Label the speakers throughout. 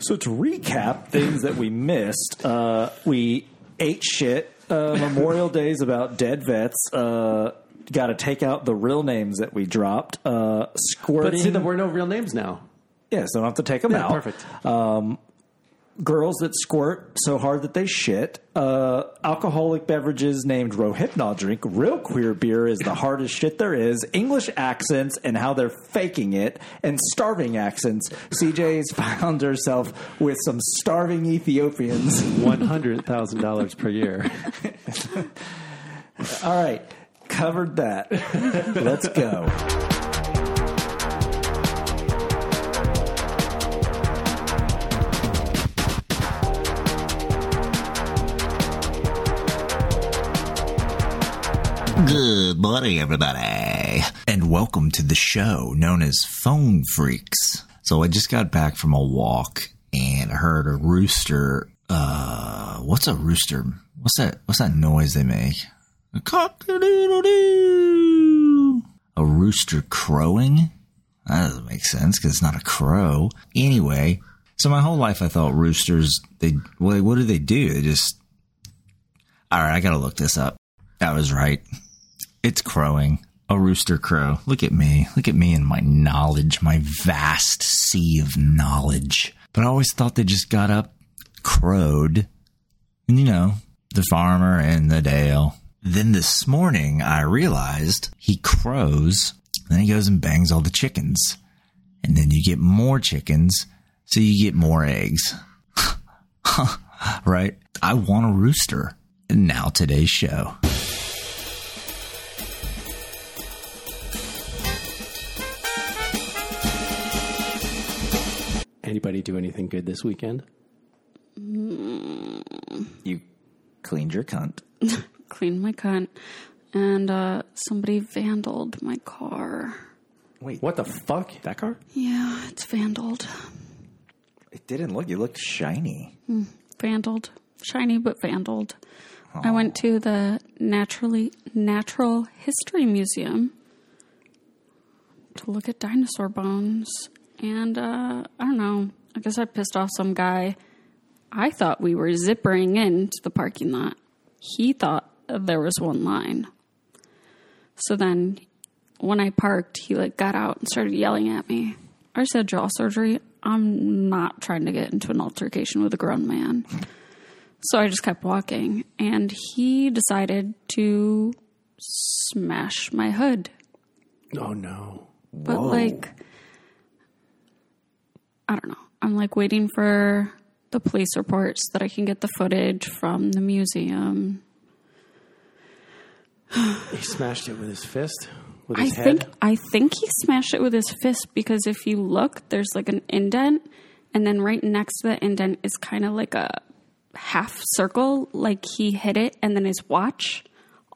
Speaker 1: So to recap things that we missed, uh, we ate shit. Uh, Memorial Day's about dead vets. Uh, Got to take out the real names that we dropped. Uh, squirting.
Speaker 2: But see, there were no real names now.
Speaker 1: yes, don't have to take them
Speaker 2: Yeah,
Speaker 1: out. Um,
Speaker 2: perfect.
Speaker 1: Girls that squirt so hard that they shit. Uh, alcoholic beverages named Rohypnol drink. Real queer beer is the hardest shit there is. English accents and how they're faking it. And starving accents. CJ's found herself with some starving Ethiopians.
Speaker 2: One hundred thousand dollars per year.
Speaker 1: All right, covered that. Let's go.
Speaker 3: Good morning, everybody, and welcome to the show known as Phone Freaks. So I just got back from a walk and I heard a rooster. Uh, what's a rooster? What's that? What's that noise they make? A cock-a-doodle-doo. A rooster crowing? That doesn't make sense because it's not a crow. Anyway, so my whole life I thought roosters. They what, what do they do? They just all right, I gotta look this up. That was right. It's crowing. A rooster crow. Look at me. Look at me and my knowledge, my vast sea of knowledge. But I always thought they just got up, crowed, and you know, the farmer and the Dale. Then this morning I realized he crows, then he goes and bangs all the chickens. And then you get more chickens, so you get more eggs right? I want a rooster. And now today's show.
Speaker 2: Anybody do anything good this weekend?
Speaker 3: You cleaned your cunt.
Speaker 4: cleaned my cunt, and uh, somebody vandaled my car.
Speaker 2: What the fuck? That car?
Speaker 4: Yeah, it's vandaled.
Speaker 3: It didn't look. You looked shiny.
Speaker 4: Vandaled. Shiny but vandaled. I went to the Naturally Natural History Museum to look at dinosaur bones. And uh, I don't know. I guess I pissed off some guy. I thought we were zippering into the parking lot. He thought there was one line. So then when I parked, he like got out and started yelling at me. I just had jaw surgery. I'm not trying to get into an altercation with a grown man. So I just kept walking and he decided to smash my hood.
Speaker 2: Oh no.
Speaker 4: But like I don't know. I'm like waiting for the police report so that I can get the footage from the museum.
Speaker 2: He smashed it with his fist. With
Speaker 4: I
Speaker 2: his head.
Speaker 4: think I think he smashed it with his fist because if you look, there's like an indent, and then right next to the indent is kind of like a half circle, like he hit it, and then his watch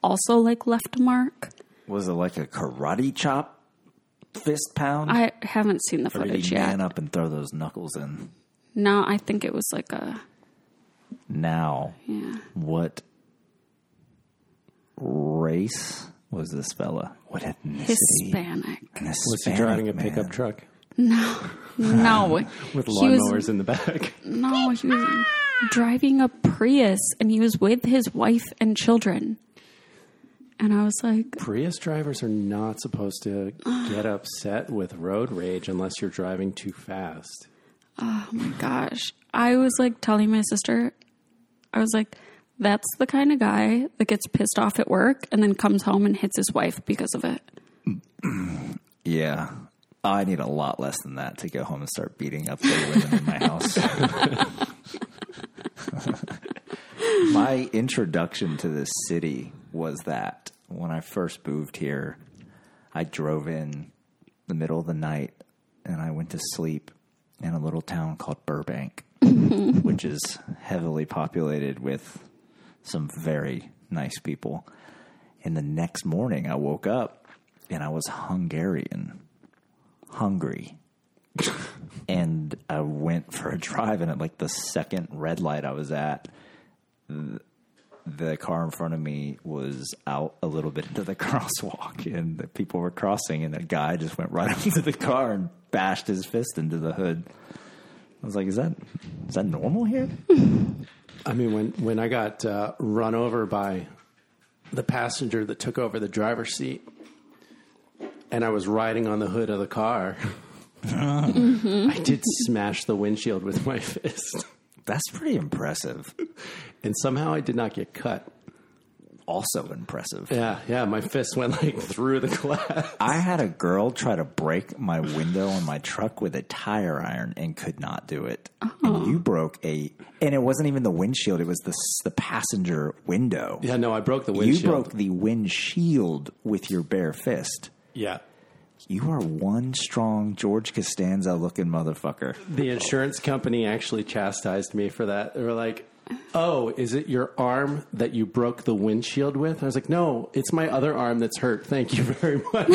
Speaker 4: also like left a mark.
Speaker 1: Was it like a karate chop, fist pound?
Speaker 4: I haven't seen the
Speaker 1: Or did
Speaker 4: footage
Speaker 1: he man
Speaker 4: yet.
Speaker 1: up and throw those knuckles in?
Speaker 4: No, I think it was like a
Speaker 1: Now,
Speaker 4: yeah.
Speaker 1: what race was this fella? What ethnicity?
Speaker 4: Hispanic.
Speaker 2: was he driving a pickup truck
Speaker 4: No,
Speaker 2: with
Speaker 4: He was-
Speaker 2: lawnmowers in the back?
Speaker 4: no, he was driving a Prius, and he was with his wife and children. And I was like,
Speaker 2: Prius drivers are not supposed to get upset with road rage unless you're driving too fast.
Speaker 4: gosh. I was like telling my sister, I was like, that's the kind of guy that gets pissed off at work and then comes home and hits his wife because of it.
Speaker 1: Yeah. I need a lot less than that to go home and start beating up the women in my house. my introduction to this city was that when I first moved here, I drove in the middle of the night and I went to sleep in a little town called Burbank, which is heavily populated with some very nice people. And the next morning, I woke up and I was Hungarian, hungry. and I went for a drive, and at like the second red light I was at, the car in front of me was out a little bit into the crosswalk and the people were crossing and the guy just went right up into the car and bashed his fist into the hood. I was like, is that is that normal here?
Speaker 2: I mean, when when I got uh, run over by the passenger that took over the driver's seat, and I was riding on the hood of the car, I did smash the windshield with my fist,
Speaker 1: That's pretty impressive.
Speaker 2: and somehow I did not get cut.
Speaker 1: Also impressive.
Speaker 2: Yeah, yeah, my fist went like through the glass.
Speaker 1: I had a girl try to break my window on my truck with a tire iron and could not do it. And you broke a, and it wasn't even the windshield; it was the s- the passenger window.
Speaker 2: Yeah, no, I broke the
Speaker 1: you
Speaker 2: windshield.
Speaker 1: broke the windshield with your bare fist.
Speaker 2: Yeah.
Speaker 1: You are one strong George Costanza looking motherfucker.
Speaker 2: The insurance company actually chastised me for that. They were like, "Oh, is it your arm that you broke the windshield with?" I was like, "No, it's my other arm that's hurt. Thank you very much."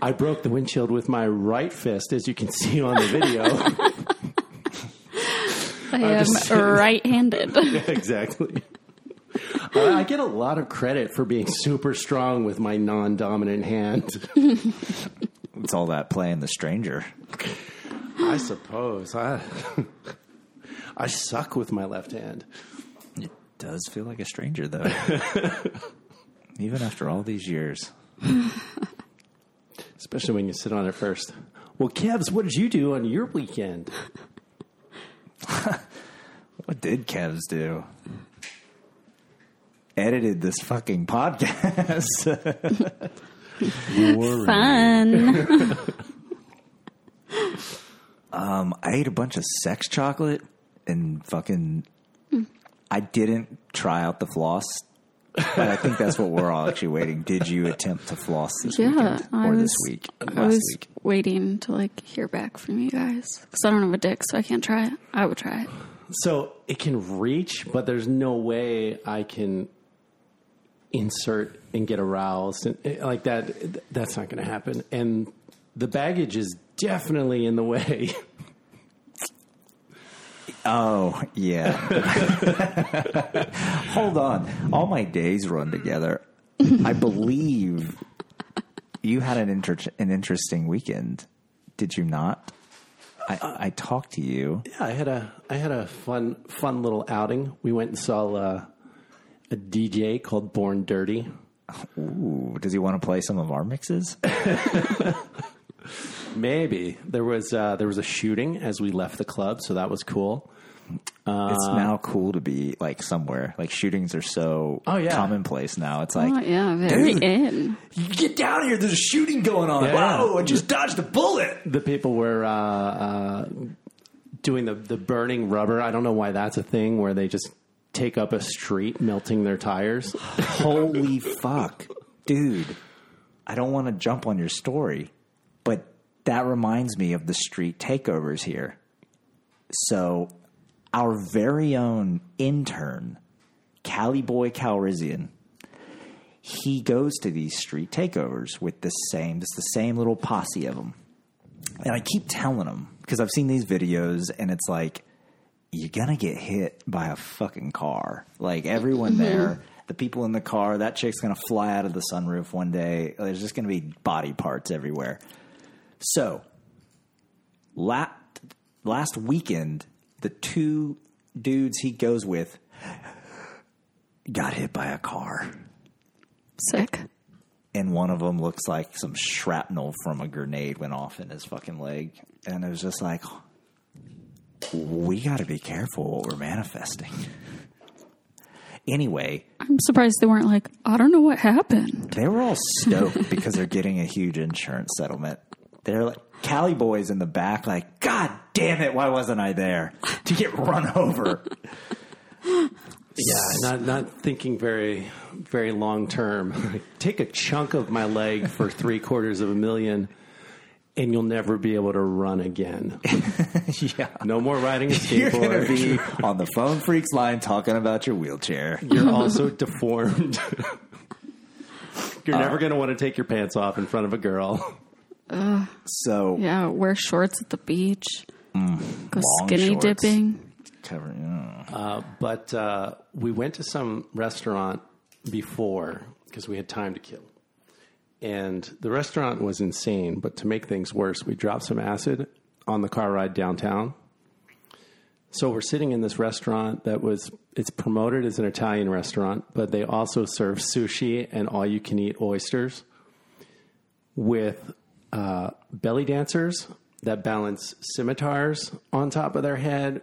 Speaker 2: I broke the windshield with my right fist, as you can see on the video.
Speaker 4: I am
Speaker 2: just saying.
Speaker 4: right-handed.
Speaker 2: exactly. Uh, I get a lot of credit for being super strong with my non-dominant hand.
Speaker 1: It's all that playing the stranger.
Speaker 2: I suppose I I suck with my left hand.
Speaker 1: It does feel like a stranger though, even after all these years.
Speaker 2: Especially when you sit on it first. Well, Kevs, what did you do on your weekend?
Speaker 1: What did Kevs do? Edited this fucking podcast.
Speaker 4: Fun.
Speaker 1: um, I ate a bunch of sex chocolate and fucking. I didn't try out the floss, but I think that's what we're all actually waiting. Did you attempt to floss this
Speaker 4: Yeah,
Speaker 1: weekend
Speaker 4: I
Speaker 1: or this
Speaker 4: was-
Speaker 1: week? uh,
Speaker 4: I
Speaker 1: Last
Speaker 4: was
Speaker 1: week.
Speaker 4: waiting to like hear back from you guys because I don't have a dick, so I can't try it. I would try it.
Speaker 2: So it can reach, but there's no way I can insert and get aroused and eh, like that. That's not going to happen. And the baggage is definitely in the way.
Speaker 1: Oh, yeah. Hold on. All my days run together. I believe you had an inter- an interesting weekend, did you not? I, I talked to you.
Speaker 2: Yeah, I had a I had a fun fun little outing. We went and saw uh, a DJ called Born Dirty.
Speaker 1: Ooh, does he want to play some of our mixes?
Speaker 2: Maybe there was uh, there was a shooting as we left the club, so that was cool.
Speaker 1: it's
Speaker 2: Uh,
Speaker 1: now cool to be like somewhere. Like shootings are so
Speaker 2: Oh, yeah.
Speaker 1: commonplace now. It's like
Speaker 4: Oh yeah, very
Speaker 1: Dude.
Speaker 4: in.
Speaker 1: get down here. There's a shooting going on.
Speaker 2: Yeah. Wow,
Speaker 1: I just dodged a bullet.
Speaker 2: The people were uh, uh, doing the the burning rubber. I don't know why that's a thing where they just take up a street, melting their tires.
Speaker 1: Holy fuck, dude! I don't want to jump on your story, but that reminds me of the street takeovers here. So, our very own intern, Cali Boy Calrissian, he goes to these street takeovers with the same, it's the same little posse of them. And I keep telling him because I've seen these videos, and it's like you're gonna get hit by a fucking car. Like everyone there, the people in the car, that chick's gonna fly out of the sunroof one day. There's just gonna be body parts everywhere. So, la- last weekend, the two dudes he goes with got hit by a car,
Speaker 4: Sick.
Speaker 1: and one of them looks like some shrapnel from a grenade went off in his fucking leg, and it was just like. We got to be careful what we're manifesting. Anyway,
Speaker 4: I'm surprised they weren't like, I don't know what happened.
Speaker 1: They were all stoked because they're getting a huge insurance settlement. They're like Cali boys in the back, like, God damn it, why wasn't I there to get run over?
Speaker 2: Yeah, not not thinking very very long term. Take a chunk of my leg for three quarters of a million, and you'll never be able to run again.
Speaker 1: yeah.
Speaker 2: No more riding a
Speaker 1: You're going
Speaker 2: skateboard.
Speaker 1: to be on the phone freaks line talking about your wheelchair.
Speaker 2: You're also deformed. You're
Speaker 1: Uh,
Speaker 2: never going to want to take your pants off in front of a girl.
Speaker 1: So,
Speaker 4: Yeah, wear shorts at the beach. Go
Speaker 1: Mm, long
Speaker 4: skinny
Speaker 1: shorts.
Speaker 4: dipping.
Speaker 1: cover, yeah.
Speaker 2: But uh, we went to some restaurant before because we had time to kill. And the restaurant was insane, but to make things worse, we dropped some acid on the car ride downtown. So we're sitting in this restaurant that was it's promoted as an Italian restaurant, but they also serve sushi and all you can eat oysters with uh, belly dancers that balance scimitars on top of their head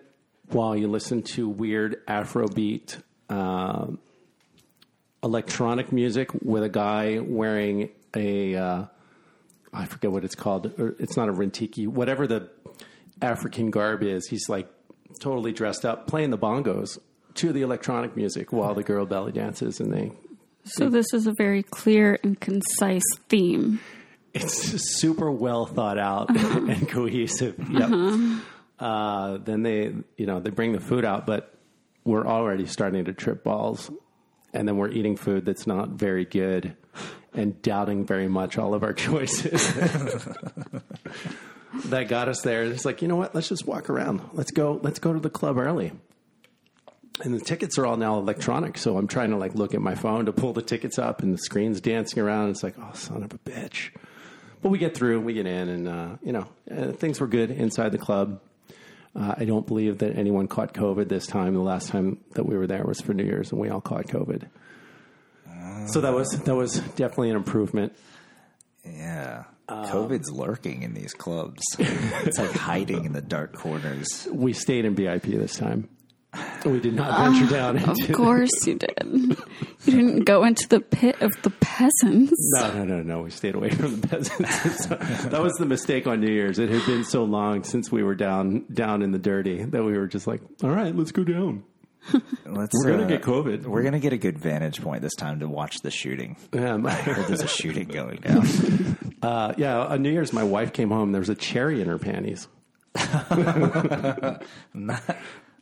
Speaker 2: while you listen to weird Afrobeat um electronic music with a guy wearing a uh, I forget what it's called. or It's not a rentiki, whatever the African garb is. He's like totally dressed up, playing the bongos to the electronic music while the girl belly dances, and they
Speaker 4: So this is a very clear and concise theme.
Speaker 2: it's just super well thought out and cohesive. Yep. Uh, then they, you know, they bring the food out, but we're already starting to trip balls, and then we're eating food that's not very good, and doubting very much all of our choices. that got us there. It's like, you know what? Let's just walk around. Let's go. Let's go to the club early. And the tickets are all now electronic, so I'm trying to like look at my phone to pull the tickets up, and the screen's dancing around. It's like, oh, son of a bitch. But we get through, we get in, and uh, you know uh, things were good inside the club. Uh, I don't believe that anyone caught COVID this time. The last time that we were there was for New Year's, and we all caught COVID. so that was that was definitely an improvement.
Speaker 1: Yeah.
Speaker 2: Um,
Speaker 1: COVID's lurking in these clubs. it's like hiding in the dark corners.
Speaker 2: We stayed in BIP this time. We did not venture down into.
Speaker 4: Of course you did. You didn't go into the pit of the peasants.
Speaker 2: No, no, no, no. We stayed away from the peasants. So that was the mistake on New Year's. It had been so long since we were down down in the dirty that we were just like, all right, let's go down.
Speaker 1: Let's,
Speaker 2: We're gonna
Speaker 1: uh,
Speaker 2: get COVID.
Speaker 1: We're gonna get a good vantage point this time to watch the shooting.
Speaker 2: Um,
Speaker 1: There's a shooting going down.
Speaker 2: Uh, yeah, on New Year's, my wife came home. There was a cherry in her panties.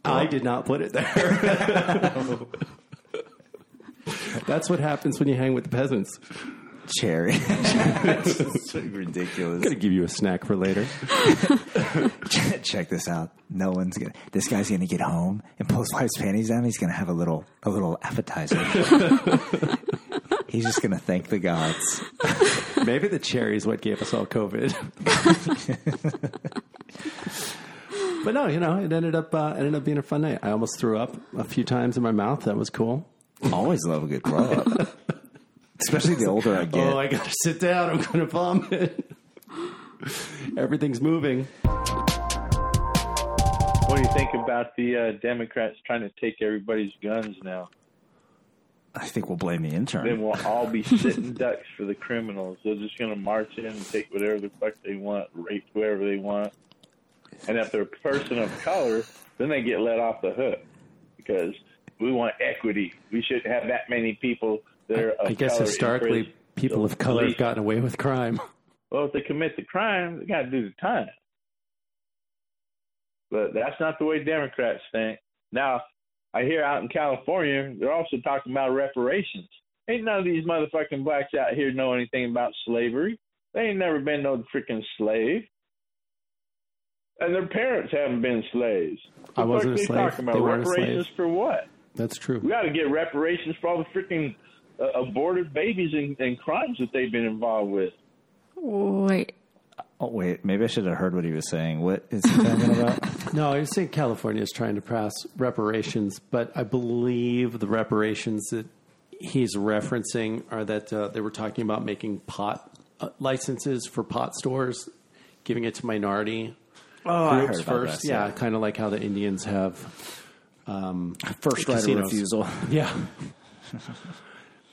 Speaker 2: I did not put it there. That's what happens when you hang with the peasants.
Speaker 1: Cherry. It's so ridiculous.
Speaker 2: Gonna give you a snack for later.
Speaker 1: Check this out. No one's gonna. This guy's gonna get home and pull his wife's panties down. He's gonna have a little a little appetizer. He's just gonna thank the gods.
Speaker 2: Maybe the cherry is what gave us all COVID. but no, you know, it ended up uh, ended up being a fun night. I almost threw up a few times in my mouth. That was cool.
Speaker 1: Always love a good club, especially the older I get.
Speaker 2: Oh, I gotta sit down. I'm gonna vomit. Everything's moving.
Speaker 5: What do you think about the uh, Democrats trying to take everybody's guns now?
Speaker 1: I think we'll blame the
Speaker 5: Then
Speaker 1: intern.
Speaker 5: we'll all be sitting ducks for the criminals. They're just going to march in and take whatever the fuck they want, rape whoever they want. And if they're a person of color, then they get let off the hook because we want equity. We shouldn't have that many people that are. Of
Speaker 2: I guess
Speaker 5: color in
Speaker 2: historically,
Speaker 5: prison.
Speaker 2: people of color have
Speaker 5: Police-
Speaker 2: gotten away with crime.
Speaker 5: Well, if they commit the crime, they got to do the time. But that's not the way Democrats think. Now, I hear out in California, they're also talking about reparations. Ain't none of these motherfucking blacks out here know anything about slavery. They ain't never been no freaking slave. And their parents haven't been slaves.
Speaker 2: I
Speaker 5: The
Speaker 2: wasn't
Speaker 5: fuck
Speaker 2: a slave.
Speaker 5: Talking about
Speaker 2: They weren't a slave.
Speaker 5: reparations for what?
Speaker 2: That's true.
Speaker 5: We got to get reparations for all the freaking uh, aborted babies and, and crimes that they've been involved with.
Speaker 4: Wait.
Speaker 1: Oh wait, maybe I should have heard what he was saying. What is he talking about?
Speaker 2: No, I was saying California is trying to pass reparations, but I believe the reparations that he's referencing are that uh, they were talking about making pot uh, licenses for pot stores, giving it to minority
Speaker 1: Oh,
Speaker 2: groups first. yeah, kind of like how the Indians have. um,
Speaker 1: first right of
Speaker 2: Casinos.
Speaker 1: refusal.
Speaker 2: Yeah.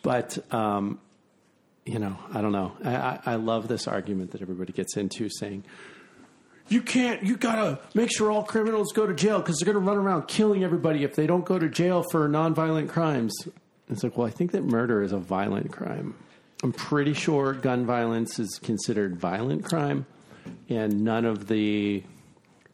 Speaker 2: but, um, you know, I don't know. I, I, I love this argument that everybody gets into saying, you can't, you gotta make sure all criminals go to jail because they're gonna run around killing everybody if they don't go to jail for nonviolent crimes. It's like, well, I think that murder is a violent crime. I'm pretty sure gun violence is considered violent crime, and none of the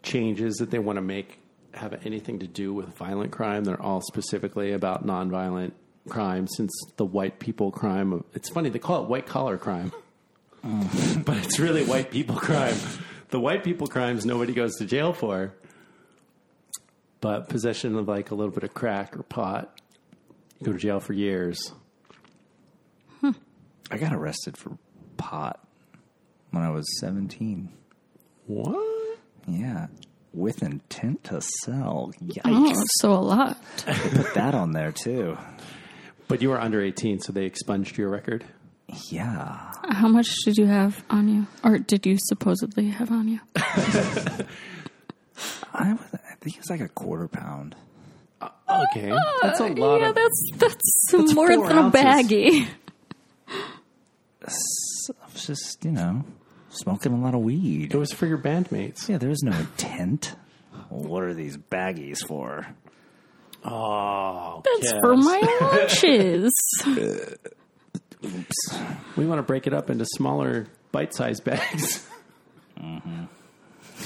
Speaker 2: changes that they want to make have anything to do with violent crime. They're all specifically about nonviolent crime since the white people crime of, it's funny they call it white collar crime. but it's really white people crime. The white people crimes nobody goes to jail for. But possession of like a little bit of crack or pot, you go to jail for years.
Speaker 1: I got arrested for pot when I was seventeen.
Speaker 2: What?
Speaker 1: Yeah. With intent to sell. Yikes.
Speaker 4: Oh, so a lot.
Speaker 1: Put that on there too.
Speaker 2: But you were under 18, so they expunged your record.
Speaker 1: Yeah.
Speaker 4: How much did you have on you? Or did you supposedly have on you?
Speaker 1: I, was, I think it's like a quarter pound.
Speaker 2: Okay. That's a lot
Speaker 4: yeah,
Speaker 2: of.
Speaker 4: that's that's, more
Speaker 2: four
Speaker 4: than
Speaker 2: ounces.
Speaker 4: a baggie.
Speaker 1: I was just, you know, smoking a lot of weed.
Speaker 2: It was for your bandmates.
Speaker 1: Yeah, there was no intent. what are these baggies for?
Speaker 2: Oh,
Speaker 4: That's for my lunches.
Speaker 2: We want to break it up into smaller bite sized bags.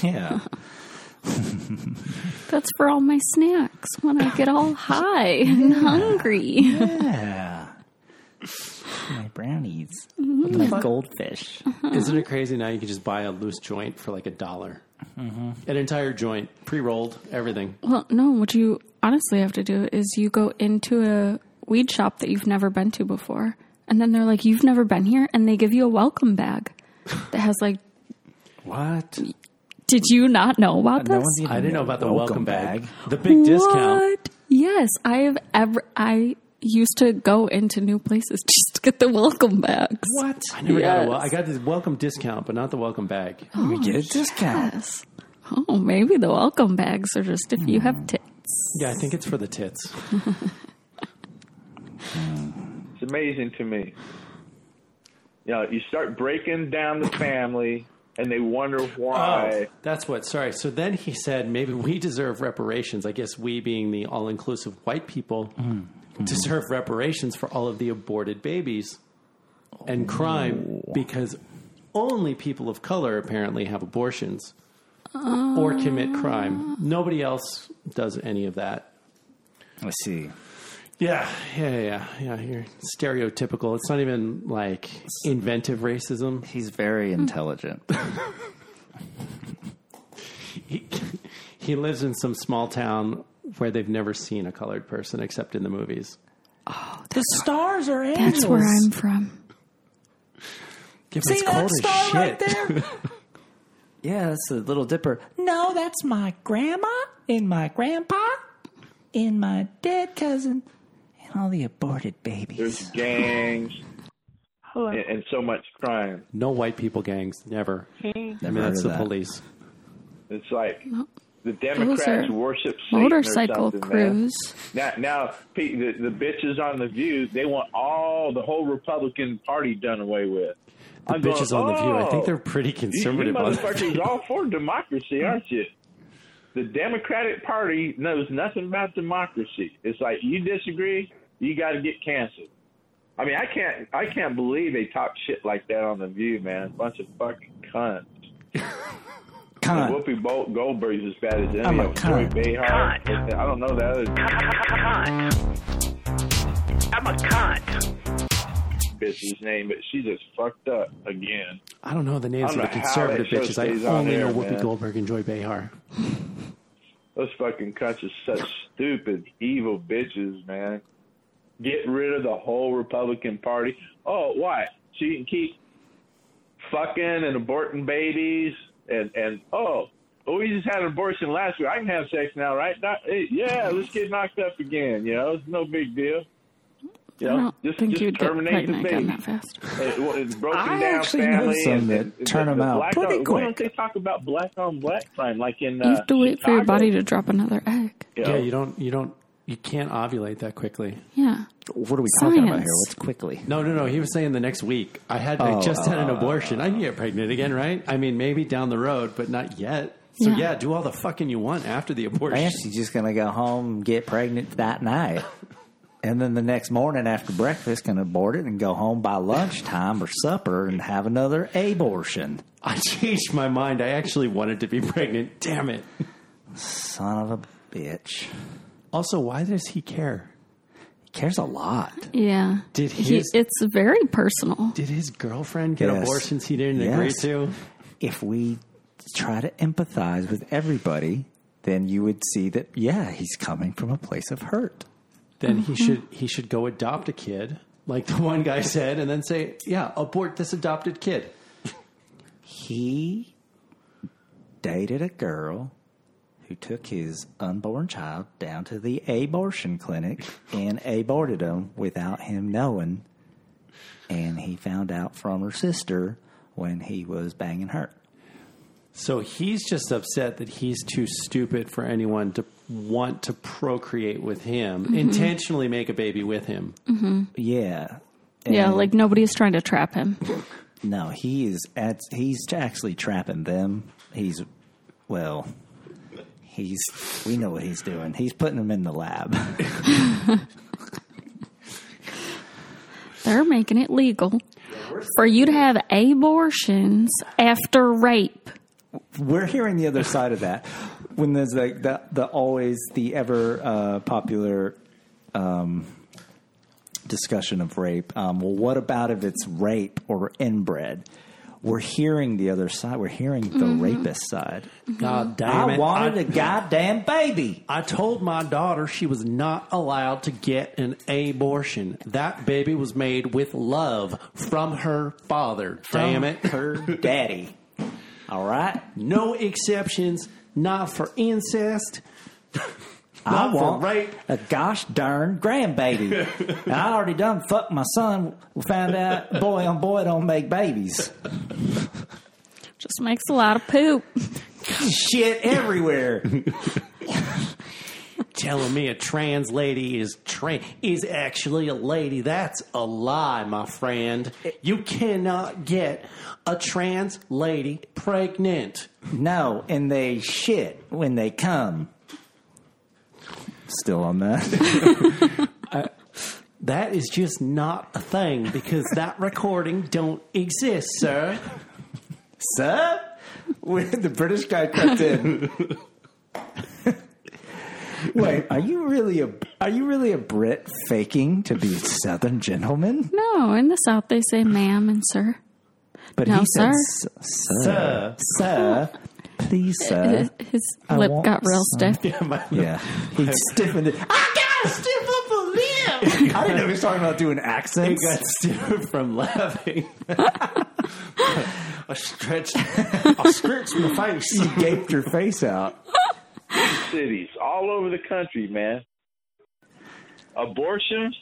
Speaker 1: Yeah.
Speaker 4: that's for all my snacks when I get all high and hungry.
Speaker 1: yeah. My brownies. My goldfish.
Speaker 4: Hmm.
Speaker 2: Isn't it crazy now you can just buy a loose joint for like a dollar? An entire joint, pre rolled, everything.
Speaker 4: Well, no, what you honestly have to do is you go into a weed shop that you've never been to before, and then they're like, You've never been here? And they give you a welcome bag that has like,
Speaker 1: What?
Speaker 4: Did you not know about this?
Speaker 2: I didn't know about the welcome, bag. The big discount.
Speaker 4: What? Yes, I have ever. I used to go into new places just to get the welcome bags.
Speaker 2: What? I never got a wel-
Speaker 4: Yes.
Speaker 2: I got the welcome discount, but not the welcome bag.
Speaker 1: We get a discount.
Speaker 4: Yes. Oh, maybe the welcome bags are just if you have tits.
Speaker 2: Yeah, I think it's for the tits.
Speaker 5: It's amazing to me. You know, you start breaking down the family, and they wonder
Speaker 2: Oh,
Speaker 5: why.
Speaker 2: that's what. Sorry. So then he said, maybe we deserve reparations. I guess we, being the all inclusive white people, deserve reparations for all of the aborted babies and crime because only people of color apparently have abortions or commit crime. Nobody else does any of that.
Speaker 1: Let's see.
Speaker 2: Yeah, yeah, yeah, yeah. You're stereotypical. It's not even like inventive racism.
Speaker 1: He's very intelligent.
Speaker 2: he, he lives in some small town where they've never seen a colored person except in the movies.
Speaker 4: The stars are angels. That's where I'm from.
Speaker 2: it's cold as shit.
Speaker 1: yeah, that's the Little Dipper. No, that's my grandma and my grandpa and my dead cousin and all the aborted
Speaker 5: There's
Speaker 1: babies.
Speaker 5: gangs and, and so much crime.
Speaker 2: No white people gangs, never. I mean,
Speaker 1: heard
Speaker 2: that's
Speaker 1: of
Speaker 2: the
Speaker 1: that.
Speaker 2: police.
Speaker 5: It's like the
Speaker 4: are
Speaker 5: Democrats worship Satan
Speaker 4: Motorcycle
Speaker 5: or something, man.
Speaker 4: crews.
Speaker 5: Now, now Pete, the, the bitches on the View, they want all the whole Republican Party done away with.
Speaker 2: The
Speaker 5: I'm
Speaker 2: bitches on
Speaker 5: going,
Speaker 2: the view. I think
Speaker 5: "Oh,
Speaker 2: they're pretty
Speaker 5: You, you
Speaker 2: conservative. on that.
Speaker 5: motherfuckers all for democracy, aren't you? The Democratic Party knows nothing about democracy. It's like you disagree, you got to get canceled. I mean, I can't, I can't believe they talk shit like that on the View, man. bunch of fucking cunts.
Speaker 1: Con.
Speaker 5: Whoopi Bol- Goldberg's as bad as any
Speaker 1: I'm a
Speaker 5: of them.
Speaker 1: cunt.
Speaker 5: Joy Behar. I don't know the other
Speaker 6: cunt. I'm a cunt.
Speaker 5: bitch's name, but she just fucked up again.
Speaker 2: I don't know the
Speaker 5: I
Speaker 2: names
Speaker 5: don't
Speaker 2: of the
Speaker 5: know how
Speaker 2: conservative
Speaker 5: that show
Speaker 2: bitches. I
Speaker 5: stays on
Speaker 2: only know
Speaker 5: air,
Speaker 2: Whoopi
Speaker 5: man.
Speaker 2: Goldberg and Joy Behar.
Speaker 5: Those fucking cunts are such stupid, evil bitches, man. Get rid of the whole Republican Party. Oh, why? So you can keep fucking and aborting babies and and oh, oh, we just had an abortion last week. I can have sex now, right? Not, hey, yeah, let's get knocked up again. You know, it's no big deal. You
Speaker 4: I
Speaker 5: know,
Speaker 4: don't
Speaker 5: just
Speaker 4: think
Speaker 5: just
Speaker 4: you'd get
Speaker 5: terminate the Uh,
Speaker 4: pregnant again
Speaker 5: baby.
Speaker 4: that fast.
Speaker 5: It- well, it's broken
Speaker 1: I
Speaker 5: down
Speaker 1: actually know
Speaker 5: family
Speaker 1: some
Speaker 5: and-
Speaker 1: that
Speaker 5: and
Speaker 1: turn
Speaker 5: the-
Speaker 1: 'em
Speaker 5: the
Speaker 1: out
Speaker 5: black
Speaker 1: pretty
Speaker 5: on, Why
Speaker 1: quick.
Speaker 5: don't they talk about black on black crime like in uh,
Speaker 4: You have to wait for your
Speaker 5: Chicago?
Speaker 4: body to drop another egg.
Speaker 5: You
Speaker 2: Yeah,
Speaker 5: know?
Speaker 2: you don't, you don't, you can't ovulate that quickly.
Speaker 4: Yeah.
Speaker 1: What are we talking about
Speaker 4: Science.
Speaker 1: here? What's quickly?
Speaker 2: No, no, no. He was saying the next week. I had, I
Speaker 1: Oh,
Speaker 2: just had an abortion. I can get pregnant again, right? I mean, maybe down the road, but not yet. So yeah,
Speaker 4: Yeah.
Speaker 2: do all the fucking you want after the abortion.
Speaker 1: I actually just gonna go home, get pregnant that night, and then the next morning after breakfast, gonna abort it and go home by lunchtime or supper and have another abortion.
Speaker 2: I changed my mind. I actually wanted to be pregnant. Damn it.
Speaker 1: Son of a bitch.
Speaker 2: Also, why does he care?
Speaker 1: Cares a lot.
Speaker 4: Yeah.
Speaker 2: Did
Speaker 4: he,
Speaker 2: his-
Speaker 4: it's very personal.
Speaker 2: Did his girlfriend get
Speaker 1: Yes.
Speaker 2: abortions he didn't
Speaker 1: Yes.
Speaker 2: agree to?
Speaker 1: If we try to empathize with everybody, then you would see that yeah, he's coming from a place of hurt.
Speaker 2: Then he should he should go adopt a kid, like the one guy said, and then say, "Yeah, abort this adopted kid."
Speaker 1: He dated a girl who took his unborn child down to the abortion clinic and aborted him without him knowing. And he found out from her sister when he was banging her.
Speaker 2: So he's just upset that he's too stupid for anyone to want to procreate with him, intentionally make a baby with him.
Speaker 1: Yeah.
Speaker 4: yeah, like nobody's trying to trap him.
Speaker 1: No, he is at, he's actually trapping them. He's well, he's we know what he's doing. He's putting them in the lab.
Speaker 4: They're making it legal for you to have abortions after rape.
Speaker 1: We're hearing the other side of that when there's like the the always the ever uh, popular um, discussion of rape. Um, well, what about if it's rape or inbred? We're hearing the other side. We're hearing the rapist side.
Speaker 2: God
Speaker 1: I wanted a goddamn baby.
Speaker 2: I told my daughter she was not allowed to get an abortion. That baby was made with love from her father.
Speaker 1: Oh.
Speaker 2: Damn it.
Speaker 1: her daddy. All right.
Speaker 2: No exceptions, not for incest.
Speaker 1: I
Speaker 2: Not for
Speaker 1: want
Speaker 2: rape.
Speaker 1: a gosh darn grandbaby. and I already done fucked my son. We found out boy on boy don't make babies.
Speaker 4: Just makes a lot of poop.
Speaker 1: Shit everywhere.
Speaker 2: Telling me a trans lady is trans is actually a lady. That's a lie, my friend. You cannot get a trans lady pregnant.
Speaker 1: no, and they shit when they come. Still on that.
Speaker 2: That is just not a thing because that recording don't exist, sir.
Speaker 1: Sir? When the British guy crept in. Wait, are you really a are you really a Brit faking to be a Southern gentleman?
Speaker 4: No, in the South they say ma'am and sir.
Speaker 1: But
Speaker 4: No,
Speaker 1: he said,
Speaker 4: sir.
Speaker 1: "Sir, sir, please, sir."
Speaker 4: His- His
Speaker 1: I
Speaker 4: lip
Speaker 1: want
Speaker 4: got real
Speaker 1: some.
Speaker 4: stiff.
Speaker 1: yeah, he stiffened it. I got a stiff upper lip. I didn't know he was talking about doing
Speaker 2: He
Speaker 1: accents.
Speaker 2: got stiff from laughing. I stretched, I stretched my face.
Speaker 1: You gaped your face out.
Speaker 5: cities all over the country, man. Abortions.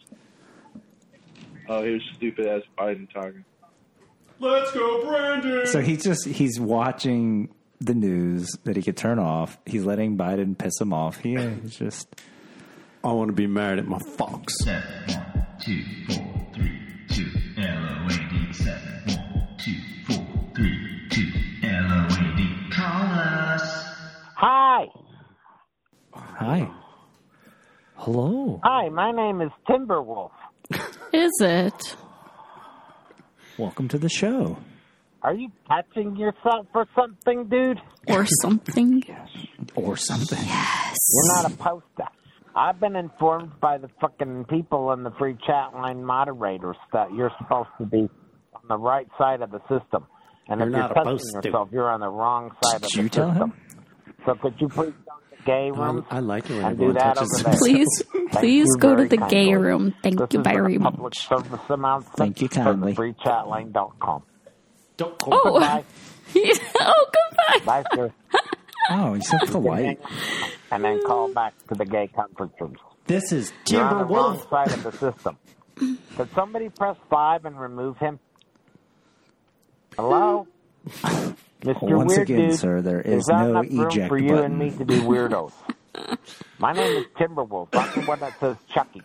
Speaker 5: Oh, here's stupid ass Biden talking.
Speaker 2: Let's go, Brandon.
Speaker 1: So he's just he's watching the news that he could turn off. He's letting Biden piss him off. He is just
Speaker 2: I want to be married at my fox.
Speaker 7: Seven, one, two, four, three, two, L-O-A-D. Seven, one, two, four, three, two, L-O-A-D. Call us.
Speaker 8: Hi.
Speaker 1: hi, hello.
Speaker 8: Hi, my name is Timberwolf.
Speaker 4: Is it?
Speaker 1: Welcome to the show.
Speaker 8: Are you catching yourself for something, dude?
Speaker 4: Or something?
Speaker 1: Or something.
Speaker 8: You're not a poster. I've been informed by the fucking people in the free chat line moderators that you're supposed to be on the right side of the system. And
Speaker 2: You're
Speaker 8: if
Speaker 2: not
Speaker 8: you're
Speaker 2: supposed
Speaker 8: touching
Speaker 2: to.
Speaker 8: yourself, you're on the wrong side
Speaker 1: Did
Speaker 8: of the
Speaker 1: you tell
Speaker 8: system.
Speaker 1: him?
Speaker 8: So could you please go to the gay room?
Speaker 2: I like it when
Speaker 8: and
Speaker 2: everyone
Speaker 8: do that
Speaker 2: touches
Speaker 8: over there.
Speaker 4: Please,
Speaker 8: Thank
Speaker 4: please
Speaker 8: you
Speaker 4: go to
Speaker 8: very
Speaker 4: the gay
Speaker 8: kindly.
Speaker 4: room. Thank
Speaker 8: This
Speaker 4: you
Speaker 8: has been a
Speaker 4: very
Speaker 8: public
Speaker 4: much.
Speaker 8: service announcement
Speaker 1: Thank you
Speaker 8: from
Speaker 1: kindly.
Speaker 8: the freechatline.com.
Speaker 2: Don't
Speaker 4: Oh,
Speaker 8: Bye.
Speaker 4: oh, goodbye.
Speaker 8: Bye, sir.
Speaker 1: Oh, he's so polite.
Speaker 8: and then call back to the gay conference rooms.
Speaker 2: This is
Speaker 8: You're on the wrong
Speaker 2: Timberwolf.
Speaker 8: side of the system. Could somebody press five and remove him? Hello, Mr.
Speaker 1: Once
Speaker 8: Weird
Speaker 1: again,
Speaker 8: Dude,
Speaker 1: sir, there
Speaker 8: there's
Speaker 1: is
Speaker 8: not
Speaker 1: no
Speaker 8: enough room
Speaker 1: eject
Speaker 8: for you
Speaker 1: button.
Speaker 8: and me to be weirdos. My name is Timberwolf. I'm the one that says Chucky.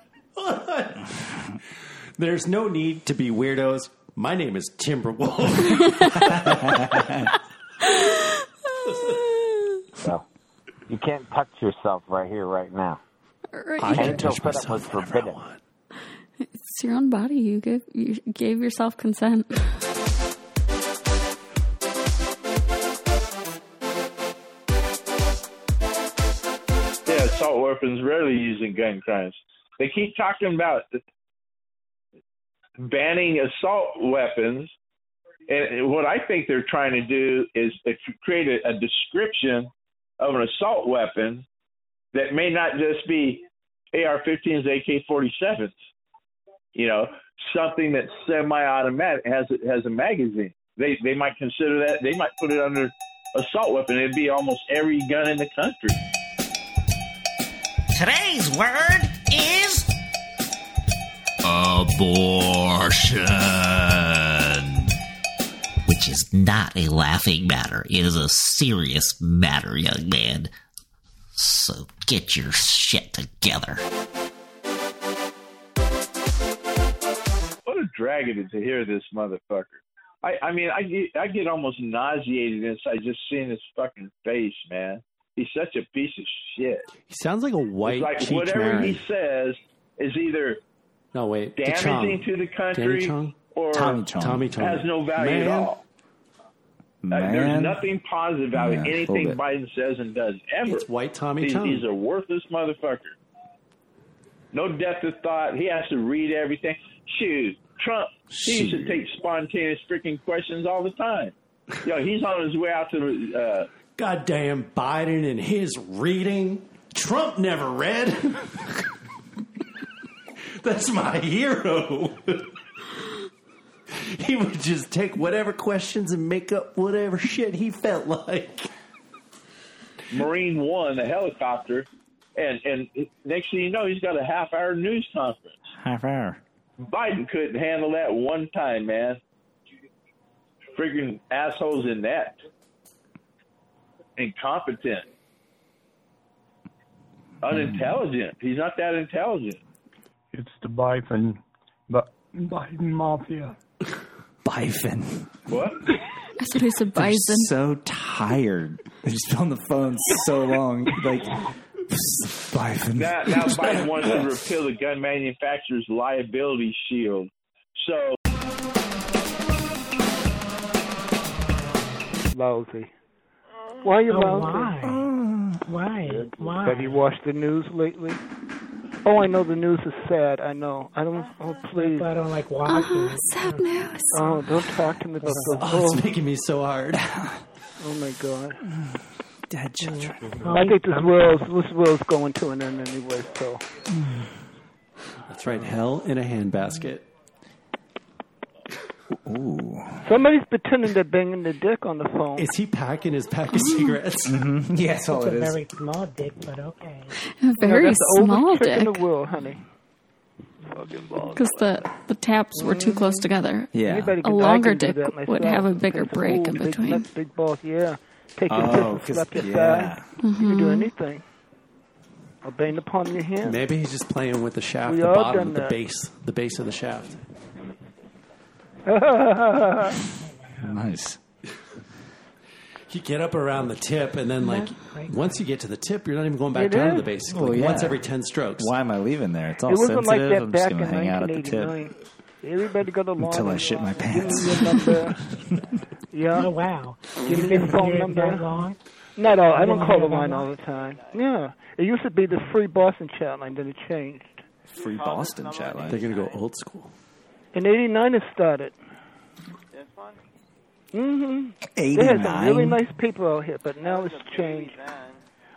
Speaker 2: There's no need to be weirdos. My name is Timberwolf.
Speaker 8: So you can't touch yourself right here, right now.
Speaker 4: Right.
Speaker 8: can touch myself whenever I want.
Speaker 4: It's your own body. You gave, you gave yourself consent.
Speaker 5: Yeah, assault weapons rarely used in gun crimes. They keep talking about banning assault weapons, and what I think they're trying to do is to create a, a description of an assault weapon that may not just be AR-15s, AK-47s. You know, something that's semi-automatic has has a magazine. They they might consider that. They might put it under assault weapon. It'd be almost every gun in the country.
Speaker 9: Today's word is
Speaker 10: Abortion.
Speaker 9: which is not a laughing matter. It is a serious matter, young man. So get your shit together.
Speaker 5: What a drag it is to hear this motherfucker. I, I mean, I get, I get almost nauseated inside just seeing his fucking face, man. He's such a piece of shit.
Speaker 2: He sounds like a white
Speaker 5: It's like
Speaker 2: cheek
Speaker 5: whatever
Speaker 2: man.
Speaker 5: he says is either
Speaker 2: No, wait.
Speaker 5: damaging
Speaker 2: DeChong.
Speaker 5: to the
Speaker 2: Danny
Speaker 5: country
Speaker 2: Chong?
Speaker 5: or
Speaker 1: Tommy Chong.
Speaker 2: Tommy Chong.
Speaker 5: has no value
Speaker 2: Man.
Speaker 5: at all. Uh,
Speaker 1: Man,
Speaker 5: There's nothing positive out
Speaker 1: Yeah,
Speaker 5: of
Speaker 1: a
Speaker 5: anything
Speaker 1: little bit.
Speaker 5: Biden says and does ever.
Speaker 2: It's white Tommy
Speaker 5: he's,
Speaker 2: Chong.
Speaker 5: He's a worthless motherfucker. No depth of thought. He has to read everything. Shoot, Trump. He
Speaker 1: Shoot.
Speaker 5: should take spontaneous freaking questions all the time. Yo, he's on his way out to. Uh,
Speaker 2: Goddamn Biden and his reading. Trump never read. That's my hero. he would just take whatever questions and make up whatever shit he felt like.
Speaker 5: Marine One, a helicopter, and and next thing you know, he's got a half hour news conference.
Speaker 1: half hour.
Speaker 5: Biden couldn't handle that one time, man. Freaking assholes in that. Incompetent. Unintelligent. He's not that intelligent.
Speaker 11: It's the Biden, but Biden Mafia.
Speaker 1: Bison.
Speaker 5: What?
Speaker 4: I thought he said bison.
Speaker 1: So tired. They're just on the phone so long. Like, Bison.
Speaker 5: Now, now Biden wants to repeal the gun manufacturer's liability shield. So
Speaker 11: Lousy.
Speaker 12: Why are you
Speaker 11: Oh,
Speaker 12: lousy?
Speaker 11: why?
Speaker 12: Why?
Speaker 11: Have you watched the news lately?
Speaker 12: Oh, I know the news is sad. I know. I don't. Oh, please.
Speaker 11: I don't like
Speaker 4: Oh, sad news.
Speaker 12: Oh, don't talk to me about those.
Speaker 2: Oh,
Speaker 12: Oh,
Speaker 2: it's making me so hard.
Speaker 12: oh my God.
Speaker 1: Dead children.
Speaker 12: I think this world's this world's going to an end anyway. So
Speaker 2: That's right. Hell in a handbasket.
Speaker 1: Ooh.
Speaker 12: somebody's pretending they're banging their dick on the phone.
Speaker 2: Is he packing his pack of
Speaker 1: Mm-hmm.
Speaker 2: cigarettes?
Speaker 1: Yeah, that's
Speaker 11: Ah,
Speaker 1: all it is.
Speaker 12: small dick, but okay.
Speaker 4: A
Speaker 12: No,
Speaker 4: very
Speaker 12: that's the
Speaker 4: small
Speaker 12: oldest trick
Speaker 4: dick.
Speaker 12: in the world, honey.
Speaker 4: Because the, the taps were too close together.
Speaker 1: Yeah.
Speaker 12: Anybody
Speaker 4: A
Speaker 12: can, I
Speaker 4: longer
Speaker 12: can do
Speaker 4: dick
Speaker 12: that
Speaker 4: would
Speaker 12: myself.
Speaker 4: have a bigger
Speaker 12: Take some
Speaker 4: break
Speaker 12: old
Speaker 4: in
Speaker 12: big
Speaker 4: between.
Speaker 12: nuts, big balls, yeah. Take your
Speaker 1: Oh,
Speaker 12: oh,
Speaker 1: 'cause-
Speaker 12: slap your
Speaker 1: yeah.
Speaker 12: thigh. You can do
Speaker 4: Mm-hmm.
Speaker 12: anything. Or bang the palm of your hand.
Speaker 2: Maybe he's just playing with the shaft,
Speaker 12: We
Speaker 2: the
Speaker 12: all
Speaker 2: bottom,
Speaker 12: done
Speaker 2: the
Speaker 12: that.
Speaker 2: base, the base of the shaft.
Speaker 12: uh,
Speaker 1: Nice.
Speaker 2: You get up around the tip, and then like once you get to the tip, you're not even going back
Speaker 12: It
Speaker 2: down to
Speaker 12: is.
Speaker 2: the base.
Speaker 1: Well,
Speaker 2: Like, Once
Speaker 1: yeah.
Speaker 2: every ten strokes.
Speaker 1: Why am I leaving there? It's all
Speaker 12: It
Speaker 1: sensitive.
Speaker 12: wasn't like that
Speaker 1: I'm just
Speaker 12: back
Speaker 1: going to
Speaker 12: in
Speaker 1: hang out at the tip.
Speaker 12: 1989. Everybody got a lawn.
Speaker 1: Until I
Speaker 12: and
Speaker 1: shit my
Speaker 12: lawn.
Speaker 1: pants.
Speaker 12: Give me your number. yeah.
Speaker 11: Oh, wow.
Speaker 12: Give me your phone number.
Speaker 11: long?
Speaker 12: Not all. I don't
Speaker 11: Yeah,
Speaker 12: call the
Speaker 11: yeah,
Speaker 12: line
Speaker 11: yeah.
Speaker 12: all the time. Yeah. It used to be the free Boston chat line, then it changed.
Speaker 1: Free Boston chat
Speaker 2: They're
Speaker 1: line.
Speaker 2: gonna go old school.
Speaker 12: In '89, it started. They had some
Speaker 1: 89.
Speaker 12: really nice people out here, but now it's changed.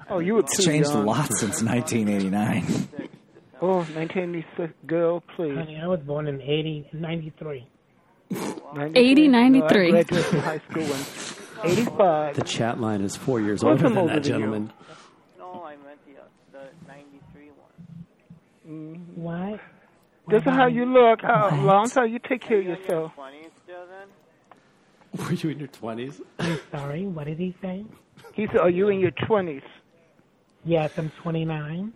Speaker 12: Oh, you were too
Speaker 1: it's changed a
Speaker 12: young.
Speaker 1: lot since 1989.
Speaker 12: Oh, 1986, girl, please.
Speaker 11: I was born in 80, 93.
Speaker 12: 93. No,
Speaker 4: 93.
Speaker 12: I graduated from high school in 85.
Speaker 2: The chat line is four years
Speaker 12: What's
Speaker 2: older
Speaker 12: the
Speaker 2: than
Speaker 12: mold
Speaker 2: that
Speaker 12: of the
Speaker 2: gentleman.
Speaker 9: No, I meant the, uh, the 93 one.
Speaker 11: What?
Speaker 12: This is how you look, how long, how you take care of yourself.
Speaker 9: 20 still then?
Speaker 2: Were you in your twenties?
Speaker 11: Sorry, what did he say?
Speaker 12: He said, Are you in your 20s?
Speaker 11: Yes, I'm 29.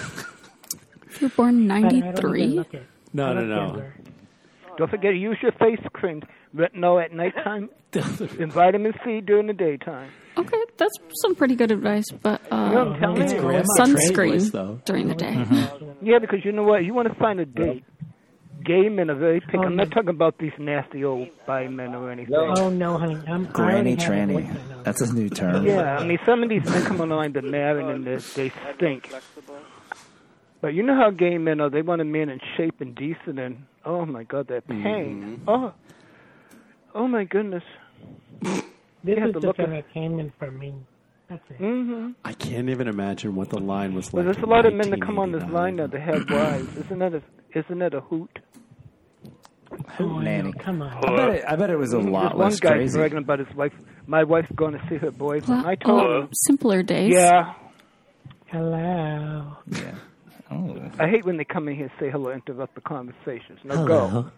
Speaker 4: If you're born
Speaker 11: But I don't even
Speaker 4: 93,
Speaker 11: look it.
Speaker 2: No,
Speaker 11: I
Speaker 2: no,
Speaker 11: look
Speaker 2: no.
Speaker 11: younger.
Speaker 12: Don't forget to use your face cream, retinol at nighttime, and vitamin C during the daytime.
Speaker 4: okay, that's some pretty good advice, but uh,
Speaker 11: Oh,
Speaker 12: I'm telling you.
Speaker 2: Grandma Train voice, though.
Speaker 4: sunscreen during the day.
Speaker 12: Yeah, because you know what? You want to find a date. Gay men are very picky. I'm not talking about these nasty old bi men or anything.
Speaker 11: Oh, no, honey. I'm I
Speaker 1: Granny
Speaker 11: already have a
Speaker 1: tranny.
Speaker 11: boyfriend now.
Speaker 1: That's a new term.
Speaker 12: Yeah, I mean, some of these men come online to marry and they, they stink. But you know how gay men are. They want a man in shape and decent and, oh my God, that pain. Oh, oh my goodness.
Speaker 11: This
Speaker 12: have
Speaker 11: is
Speaker 12: to
Speaker 11: just
Speaker 12: look at- Mm.
Speaker 11: entertainment for me. That's it.
Speaker 2: I can't even imagine what the line was
Speaker 12: Well,
Speaker 2: like.
Speaker 12: there's a
Speaker 2: in
Speaker 12: lot of men that come on this
Speaker 2: 1989.
Speaker 12: line now that have wives. Isn't that a, isn't that a hoot?
Speaker 11: Come on,
Speaker 1: nanny.
Speaker 11: Come on.
Speaker 1: I bet, it, I bet it was a lot
Speaker 12: There's one
Speaker 1: less
Speaker 12: guy
Speaker 1: crazy.
Speaker 12: bragging about his wife My wife's going to see her boyfriend. I told
Speaker 4: Oh,
Speaker 12: her.
Speaker 4: simpler days.
Speaker 12: Yeah. Hello.
Speaker 1: Yeah. Oh.
Speaker 12: I hate when they come in here and say hello, interrupt the conversations. Now go.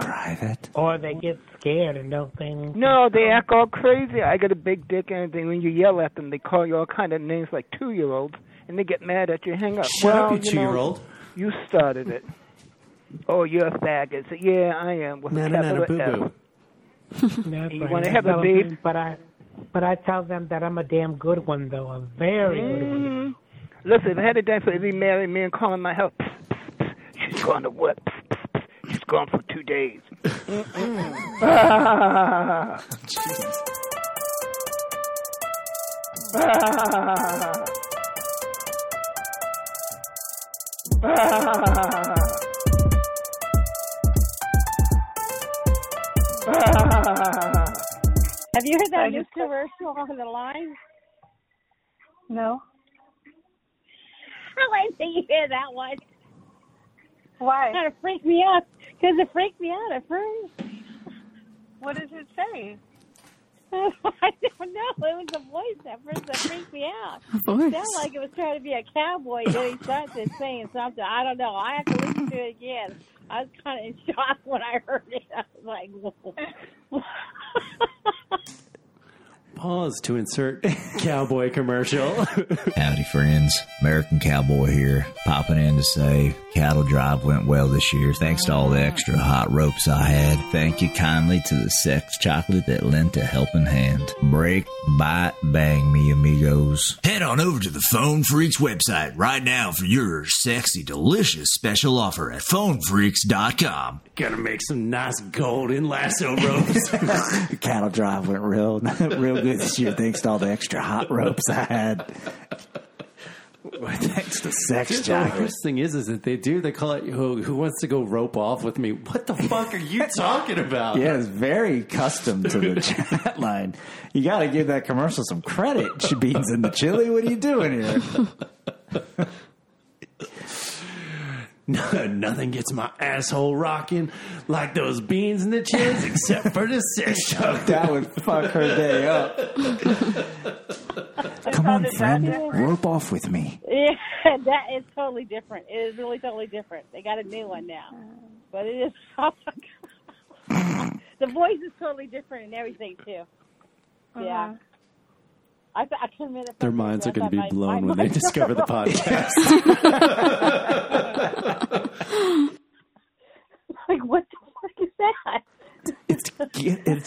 Speaker 1: private.
Speaker 10: Or they get scared and don't think.
Speaker 12: No, they act all crazy. I got a big dick and everything. When you yell at them, they call you all kind of names like two year olds, and they get mad at you. Hang up.
Speaker 2: Shut up,
Speaker 12: well,
Speaker 2: you two-year-old.
Speaker 12: know, You started it. Oh, you're a faggot. So, yeah, I am. With
Speaker 2: Na,
Speaker 12: a
Speaker 2: na, na, na,
Speaker 12: capital
Speaker 2: boo, boo.
Speaker 12: F.
Speaker 10: That's
Speaker 12: You
Speaker 10: right.
Speaker 12: wanna
Speaker 10: I
Speaker 12: have a
Speaker 10: tell
Speaker 12: babe?
Speaker 10: them, But I, but I tell them that I'm a damn good one, though. A very good one.
Speaker 12: Mhm. Listen, if I had a dime for every married man calling my house, she's going to work. She's gone for two days. Mm-mm.
Speaker 13: Have you heard
Speaker 12: I
Speaker 13: that new
Speaker 12: just-
Speaker 13: commercial on the line? No. I wait till you hear that one. Why? It's gonna freak me out because it freaked me out at first. What does it say? I don't know. It was a voice at first that freaked me out.
Speaker 4: A voice.
Speaker 13: It sounded like it was trying to be a cowboy, then he started saying something. I don't know. I have to listen to it again. I was kind of in shock when I heard it. I was like, whoa.
Speaker 2: Pause to insert cowboy commercial.
Speaker 3: Howdy, friends. American Cowboy here, popping in to say cattle drive went well this year. Thanks to all the extra hot ropes I had. Thank you kindly to the sex chocolate that lent a helping hand. Break, bite, bang me, amigos.
Speaker 14: Head on over to the Phone Freaks website right now for your sexy, delicious special offer at phonefreaks.com.
Speaker 2: Gonna make some nice golden lasso ropes.
Speaker 1: Cattle drive went real, real good this year. Thanks to all the extra hot ropes I had. Thanks to sex
Speaker 2: Dude, the
Speaker 1: jackets.
Speaker 2: worst thing is, is that they do. They call it who, who wants to go rope off with me. What the fuck are you talking about?
Speaker 1: Yeah, it's very custom to the chat line. You got to give that commercial some credit. Beans in the chili. What are you doing here?
Speaker 2: No, nothing gets my asshole rocking like those beans in the chins, except for the sex.
Speaker 1: that would fuck her day up. Come on, friend. Rope off with me.
Speaker 13: Yeah, that is totally different. It is really totally different. They got a new one now, but it is. Oh my God. the voice is totally different and everything too.
Speaker 12: Uh-huh.
Speaker 13: Yeah. I, th- I couldn't admit it.
Speaker 2: Their minds are going to be
Speaker 13: My-
Speaker 2: blown
Speaker 13: my
Speaker 2: when they
Speaker 13: mind's
Speaker 2: discover the
Speaker 13: blown.
Speaker 2: podcast.
Speaker 13: like what the fuck is that?
Speaker 1: It's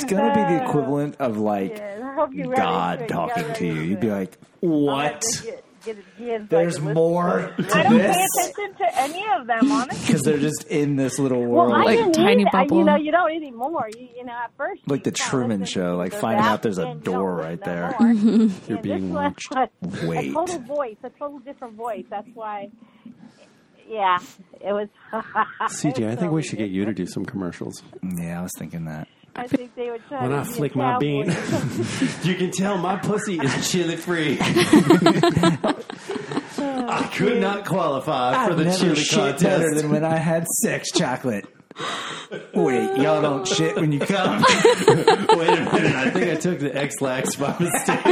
Speaker 1: going to be the equivalent of like
Speaker 13: Yeah, I hope you run into
Speaker 1: God
Speaker 13: it.
Speaker 1: talking
Speaker 13: You gotta
Speaker 1: to you. You'd be like, what?
Speaker 13: Get, get it again.
Speaker 1: There's more
Speaker 15: I
Speaker 1: to
Speaker 15: don't pay
Speaker 1: this?
Speaker 15: attention to any of them, honestly.
Speaker 1: Because they're just in this little
Speaker 13: Well,
Speaker 1: world.
Speaker 13: I didn't need it. I- You know, you don't anymore. You, you know, at first
Speaker 1: like the Truman Show, like
Speaker 13: They're
Speaker 1: finding
Speaker 13: back
Speaker 1: out there's a
Speaker 13: and
Speaker 1: door right there. You're being
Speaker 13: Well,
Speaker 1: watched.
Speaker 13: that's what-
Speaker 1: Wait.
Speaker 13: A total voice, a total different voice. That's why, yeah, it was.
Speaker 2: CJ, I think we should get you to do some commercials.
Speaker 1: Yeah, I was thinking that.
Speaker 13: I think they would try
Speaker 2: When
Speaker 13: to
Speaker 2: I
Speaker 13: be a
Speaker 2: flick my
Speaker 13: cowboy.
Speaker 2: bean, you can tell my pussy is chili free. uh, I could not qualify for
Speaker 1: I've
Speaker 2: the
Speaker 1: never
Speaker 2: chili
Speaker 1: shit
Speaker 2: contest.
Speaker 1: better than when I had sex chocolate. Wait, y'all don't shit when you come.
Speaker 2: Wait a minute, I think I took the X-Lax by mistake.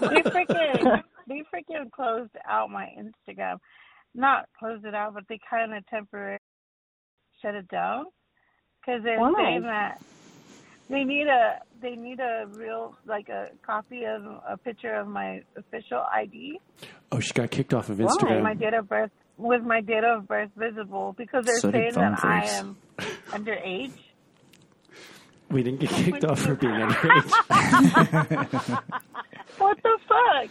Speaker 15: They freaking they freaking closed out my Instagram. Not closed it out, but they kind of temporarily shut it down because they're
Speaker 13: Why?
Speaker 15: saying that they need a they need a real like a copy of a picture of my official ID
Speaker 2: Oh, she got kicked off of
Speaker 15: with
Speaker 2: Instagram.
Speaker 15: my date of birth with my date of birth visible because they're
Speaker 2: So did
Speaker 15: saying that
Speaker 2: Phone
Speaker 15: I
Speaker 2: Freaks.
Speaker 15: am underage.
Speaker 2: We didn't get kicked off for being underage.
Speaker 13: What the fuck?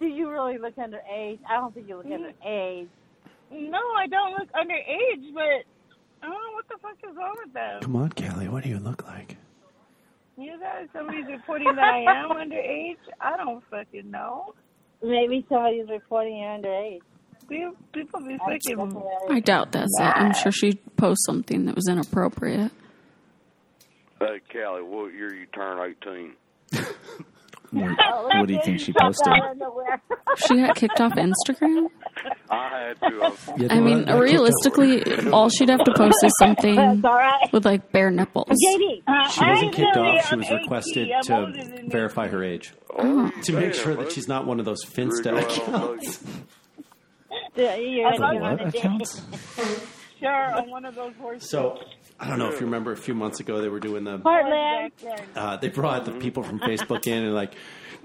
Speaker 13: Do you really look underage? I don't think you look underage.
Speaker 15: No, I don't look underage, but I don't know what the fuck is wrong with them.
Speaker 2: Come on, Kelly, what do you look like?
Speaker 15: You guys, somebody's reporting that I am underage. I don't fucking know.
Speaker 13: Maybe somebody's reporting you're underage.
Speaker 15: People, people be fucking.
Speaker 4: I doubt that's it. I'm sure she posts something that was inappropriate.
Speaker 16: Hey, Callie, what year you turn 18?
Speaker 1: What, what do you think she posted?
Speaker 4: She got kicked off Instagram.
Speaker 16: I had to. uh,
Speaker 4: I mean, realistically, all she'd have to post is something
Speaker 13: That's all right.
Speaker 4: with like bare nipples.
Speaker 13: JD,
Speaker 2: She wasn't kicked off. She was requested to verify her age
Speaker 4: Oh.
Speaker 2: to make sure that she's not one of those Finsta accounts.
Speaker 13: You're
Speaker 2: Wait, what? Accounts?
Speaker 15: Sure, on one of those horses.
Speaker 2: So I don't know if you remember a few months ago they were doing the
Speaker 15: Heartland.
Speaker 2: Uh, they brought the people from Facebook in and like,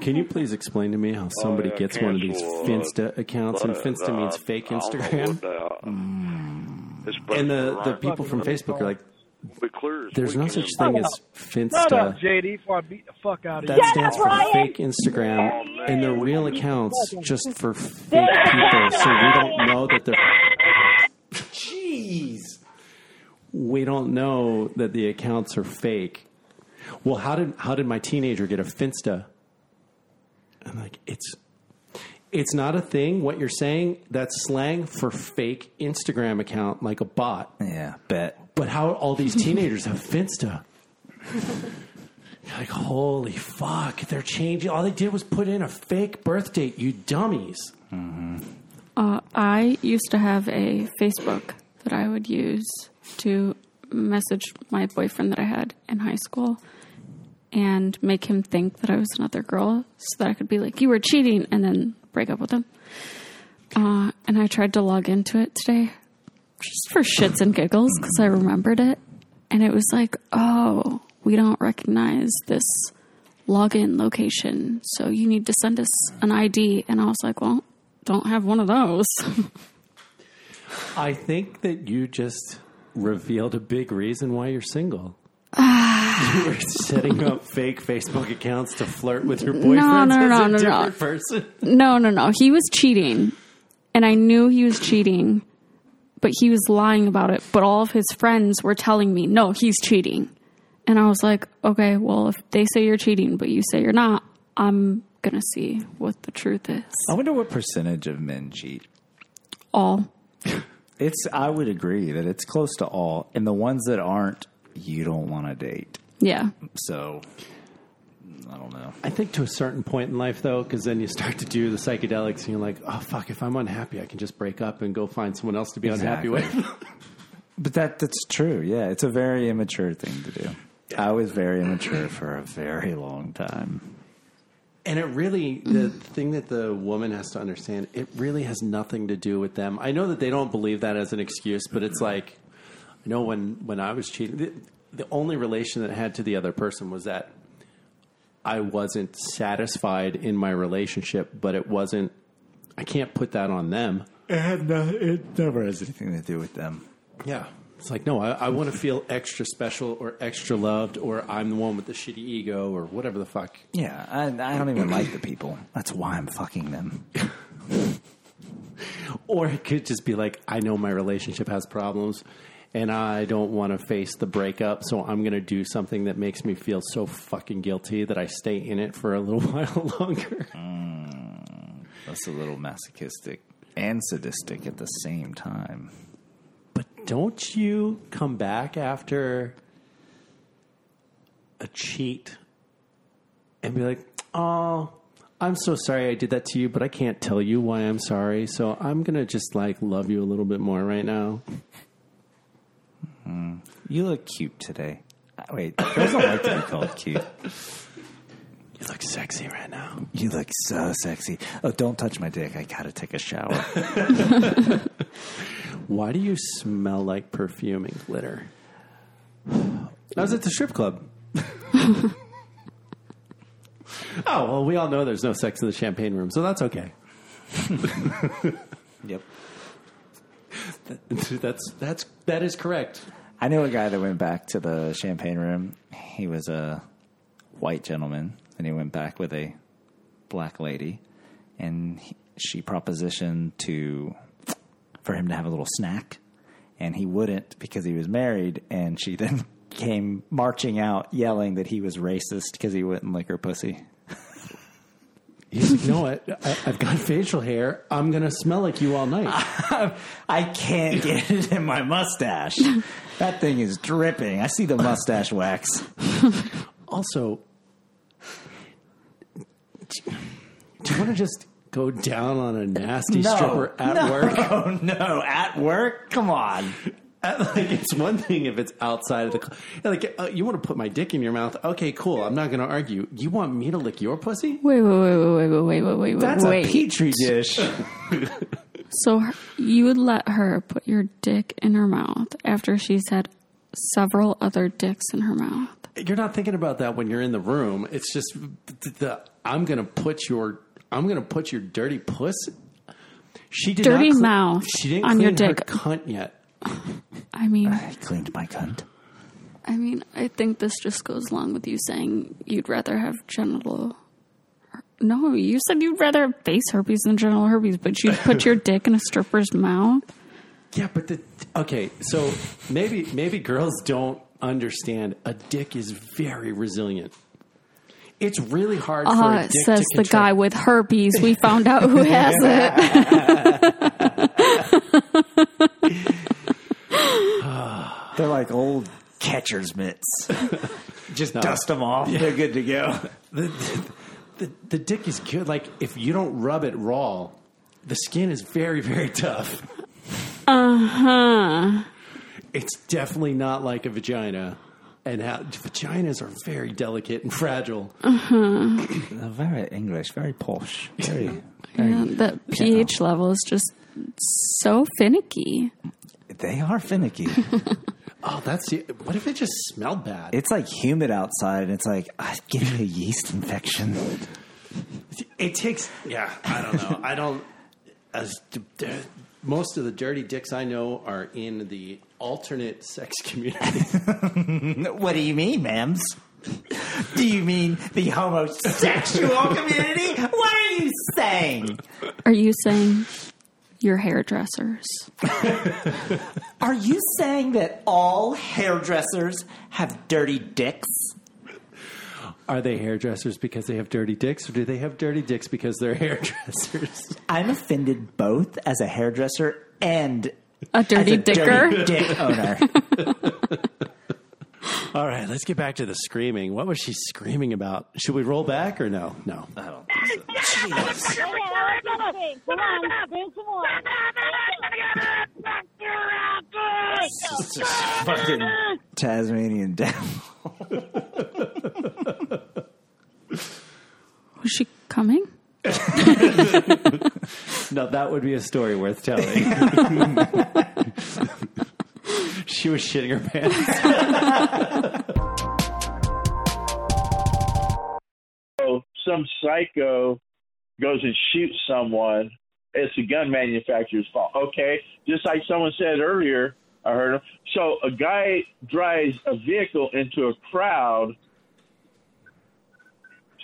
Speaker 2: can you please explain to me how somebody
Speaker 16: Oh, yeah,
Speaker 2: gets one of these
Speaker 16: cancel, uh,
Speaker 2: Finsta accounts? And Finsta
Speaker 16: uh,
Speaker 2: means fake
Speaker 16: I don't know
Speaker 2: Instagram.
Speaker 16: what the- It's
Speaker 2: Mm. And the, the
Speaker 16: Ryan.
Speaker 2: people from Facebook are like,
Speaker 16: Be clear as
Speaker 2: there's
Speaker 16: we
Speaker 2: no
Speaker 16: can.
Speaker 2: such thing as
Speaker 17: Shut up,
Speaker 2: Finsta.
Speaker 17: JD, before I beat the fuck out of you.
Speaker 2: That stands for fake Instagram, and the real accounts just for fake people. So we don't know that they're. Jeez. We don't know that the accounts are fake. Well, how did how did my teenager get a Finsta? I'm like, it's it's not a thing. What you're saying that's slang for fake Instagram account, like a bot.
Speaker 1: Yeah, bet.
Speaker 2: But how all these teenagers have Finsta? like, holy fuck! They're changing. All they did was put in a fake birth date. You dummies.
Speaker 4: Uh, I used to have a Facebook that I would use to message my boyfriend that I had in high school and make him think that I was another girl so that I could be like, you were cheating, and then break up with him. Uh, and I tried to log into it today just for shits and giggles because I remembered it. And it was like, oh, we don't recognize this login location. So you need to send us an ID. And I was like, well, don't have one of those.
Speaker 2: I think that you just revealed a big reason why you're single.
Speaker 4: Ah.
Speaker 2: you were setting up fake Facebook accounts to flirt with your boyfriend
Speaker 4: no, no,
Speaker 2: as
Speaker 4: no,
Speaker 2: a
Speaker 4: no,
Speaker 2: different
Speaker 4: no.
Speaker 2: person.
Speaker 4: no, no, no. He was cheating. And I knew he was cheating, but he was lying about it. But all of his friends were telling me, no, he's cheating. And I was like, okay, well, if they say you're cheating, but you say you're not, I'm going to see what the truth is.
Speaker 1: I wonder what percentage of men cheat.
Speaker 4: All.
Speaker 1: It's. I would agree that it's close to all, and the ones that aren't, you don't want to date.
Speaker 4: Yeah.
Speaker 1: So, I don't know.
Speaker 2: I think to a certain point in life, though, because then you start to do the psychedelics and you're like, oh, fuck, if I'm unhappy, I can just break up and go find someone else to be unhappy
Speaker 1: Exactly.
Speaker 2: with.
Speaker 1: But that that's true. Yeah, it's a very immature thing to do. I was very immature for a very long time.
Speaker 2: And it really, the thing that the woman has to understand, it really has nothing to do with them. I know that they don't believe that as an excuse, but it's like, I know when, when I was cheating, the, the only relation that I had to the other person was that I wasn't satisfied in my relationship, but it wasn't, I can't put that on them.
Speaker 1: It had no, uh, it never has anything to do with them.
Speaker 2: Yeah. It's like, no, I, I want to feel extra special or extra loved or I'm the one with the shitty ego or whatever the fuck.
Speaker 1: Yeah, I, I don't even like the people. That's why I'm fucking them.
Speaker 2: Or it could just be like, I know my relationship has problems and I don't want to face the breakup, so I'm going to do something that makes me feel so fucking guilty that I stay in it for a little while longer.
Speaker 1: That's a little masochistic and sadistic at the same time.
Speaker 2: Don't you come back after a cheat and be like, oh, I'm so sorry I did that to you, but I can't tell you why I'm sorry. So I'm going to just like love you a little bit more right now.
Speaker 1: You look cute today. Uh, Wait, girls don't like to be called cute.
Speaker 2: You look sexy right now.
Speaker 1: You look so sexy. Oh, don't touch my dick. I gotta take a shower.
Speaker 2: Why do you smell like perfume and glitter? I was at the strip club. oh, well, we all know there's no sex in the champagne room, so that's okay.
Speaker 1: yep.
Speaker 2: That's that's that is correct.
Speaker 1: I knew a guy that went back to the champagne room. He was a white gentleman, and he went back with a black lady, and he, she propositioned to for him to have a little snack, and he wouldn't because he was married, and she then came marching out yelling that he was racist because he wouldn't lick her pussy.
Speaker 2: He's like, no, I, I, I've got facial hair. I'm gonna smell like you all night.
Speaker 1: I can't get it in my mustache. that thing is dripping. I see the mustache wax.
Speaker 2: Also, do you want to just Go down on a nasty
Speaker 1: No,
Speaker 2: stripper at
Speaker 1: no,
Speaker 2: work.
Speaker 1: Oh no, at work? Come on.
Speaker 2: like it's one thing if it's outside of the cl- like uh, you want to put my dick in your mouth. Okay, cool. I'm not going to argue. You want me to lick your pussy?
Speaker 4: Wait, wait, wait, wait, wait, wait, wait, wait, wait.
Speaker 2: That's
Speaker 4: wait.
Speaker 2: a petri dish.
Speaker 4: So her, you would let her put your dick in her mouth after she's had several other dicks in her mouth.
Speaker 2: You're not thinking about that when you're in the room. It's just the, the I'm going to put your I'm going to put your dirty puss. She did
Speaker 4: Dirty
Speaker 2: not cle-
Speaker 4: mouth
Speaker 2: She didn't
Speaker 4: on your
Speaker 2: clean her
Speaker 4: dick.
Speaker 2: cunt yet.
Speaker 4: I mean,
Speaker 1: cleaned my cunt.
Speaker 4: I mean, I think this just goes along with you saying you'd rather have genital. No, you said you'd rather have face herpes than genital herpes, but you'd put your dick in a stripper's mouth.
Speaker 2: Yeah, but the okay. So maybe maybe girls don't understand. A dick is very resilient. It's really hard for a
Speaker 4: Ah,
Speaker 2: dick
Speaker 4: says
Speaker 2: to
Speaker 4: the guy with herpes. We found out who has it.
Speaker 1: They're like old catcher's mitts. Just
Speaker 2: No.
Speaker 1: dust them off.
Speaker 2: Yeah.
Speaker 1: They're good to go.
Speaker 2: the, the, the dick is good. Like if you don't rub it raw, the skin is very very tough.
Speaker 4: uh huh.
Speaker 2: It's definitely not like a vagina, and how, vaginas are very delicate and fragile.
Speaker 4: Uh huh.
Speaker 1: They're very English, very posh. Very, very
Speaker 4: Yeah, the pH level is just so finicky.
Speaker 1: They are finicky.
Speaker 2: oh, that's the- what if it just smelled bad?
Speaker 1: It's like humid outside, and it's like I'm getting a yeast infection.
Speaker 2: It takes. Yeah, I don't know. I don't. As most of the dirty dicks I know are in the alternate sex community.
Speaker 1: what do you mean, ma'ams? Do you mean the homosexual community? What are you saying?
Speaker 4: Are you saying your hairdressers?
Speaker 1: Are you saying that all hairdressers have dirty dicks?
Speaker 2: Are they hairdressers because they have dirty dicks, or do they have dirty dicks because they're hairdressers?
Speaker 1: I'm offended both as a hairdresser and
Speaker 4: A dirty
Speaker 1: as a
Speaker 4: dicker?
Speaker 1: dirty dick owner.
Speaker 2: All right, let's get back to the screaming. What was she screaming about? Should we roll back or no? No. I don't.
Speaker 13: Come on, bring some more.
Speaker 1: Fucking Tasmanian devil.
Speaker 4: Was she coming?
Speaker 2: No, that would be a story worth telling. she was shitting her pants.
Speaker 5: So some psycho goes and shoots someone. It's a gun manufacturer's fault. Okay, just like someone said earlier, I heard him. So a guy drives a vehicle into a crowd.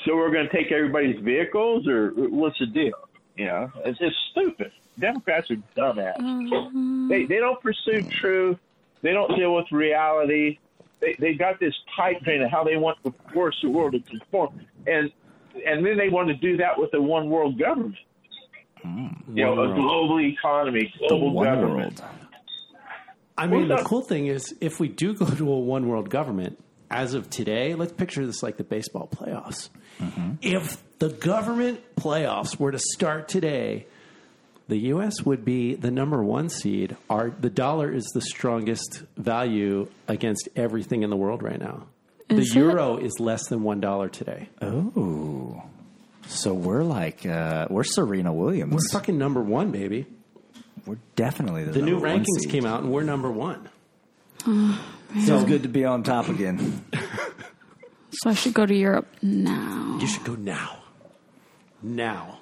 Speaker 5: So we're going to take everybody's vehicles, or what's the deal? You know, it's just stupid. Democrats are dumbass. They they don't pursue truth. They don't deal with reality. They they got this pipe dream of how they want to force the world to conform, and and then they want to do that with a one world government.
Speaker 1: Hmm.
Speaker 5: you know,
Speaker 2: One
Speaker 5: a
Speaker 2: world.
Speaker 5: global economy, global
Speaker 2: one
Speaker 5: government.
Speaker 2: I mean, the cool thing is, if we do go to a one world government, as of today, let's picture this like the baseball playoffs.
Speaker 1: Mm-hmm.
Speaker 2: If the government playoffs were to start today, the U.S. would be the number one seed. Our, the dollar is the strongest value against everything in the world right now.
Speaker 1: Is
Speaker 2: the euro is less than one dollar today.
Speaker 1: Oh. So we're like uh, we're Serena Williams.
Speaker 2: We're fucking number one, baby.
Speaker 1: We're definitely the,
Speaker 2: The new
Speaker 1: number one
Speaker 2: rankings
Speaker 1: seed.
Speaker 2: came out, and we're number one.
Speaker 1: Feels good to be on top again.
Speaker 4: So I should go to Europe now.
Speaker 2: You should go now. Now.